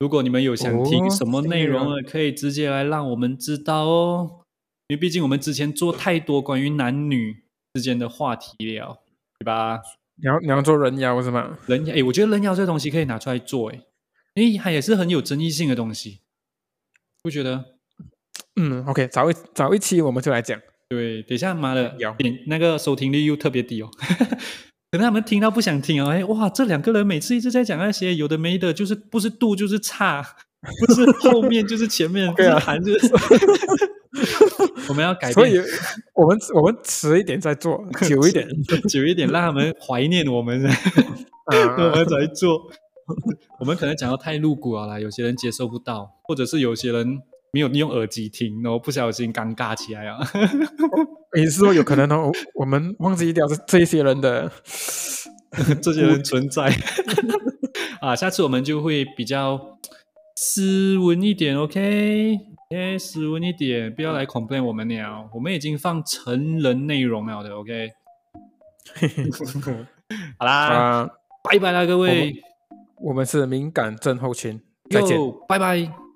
[SPEAKER 1] 如果你们有想听
[SPEAKER 2] 哦
[SPEAKER 1] 什么内容
[SPEAKER 2] 新
[SPEAKER 1] 呢，可以直接来让我们知道哦。因为毕竟我们之前做太多关于男女之间的话题了，对吧？
[SPEAKER 2] 你要你要做人妖是吗？
[SPEAKER 1] 人妖，诶，我觉得人妖这东西可以拿出来做，诶，因为它也是很有争议性的东西，不觉得？
[SPEAKER 2] 嗯，OK，早一早一期我们就来讲。
[SPEAKER 1] 对，等一下，妈的
[SPEAKER 2] 人妖，
[SPEAKER 1] 点那个收听率又特别低哦， 可能他们听到不想听哦。哎，哇，这两个人每次一直在讲那些有的没的，就是不是度就是差，不是后面就是前面，不
[SPEAKER 2] 对
[SPEAKER 1] 是
[SPEAKER 2] 啊
[SPEAKER 1] 含就是。 我们要改
[SPEAKER 2] 所以
[SPEAKER 1] 变，
[SPEAKER 2] 我们我们迟一点 再做，久一点。
[SPEAKER 1] 久一点，让他们怀念我 们，我
[SPEAKER 2] 啊，
[SPEAKER 1] 们才做。我们可能讲到太露骨了啦，有些人接受不到，或者是有些人没有用耳机听，然后不小心尴尬起来啊。
[SPEAKER 2] 也是说有可能哦，我我们忘记掉这这一些人的。
[SPEAKER 1] 这些人存在啊，下次我们就会比较斯文一点，OK？哎，斯文一点，不要来 complain 我们了，我们已经放成人内容了的，OK？好啦，
[SPEAKER 2] 啊，
[SPEAKER 1] 拜拜啦，各
[SPEAKER 2] 我
[SPEAKER 1] 位
[SPEAKER 2] 们，我们是敏感症候群，再见。
[SPEAKER 1] 哟，拜拜。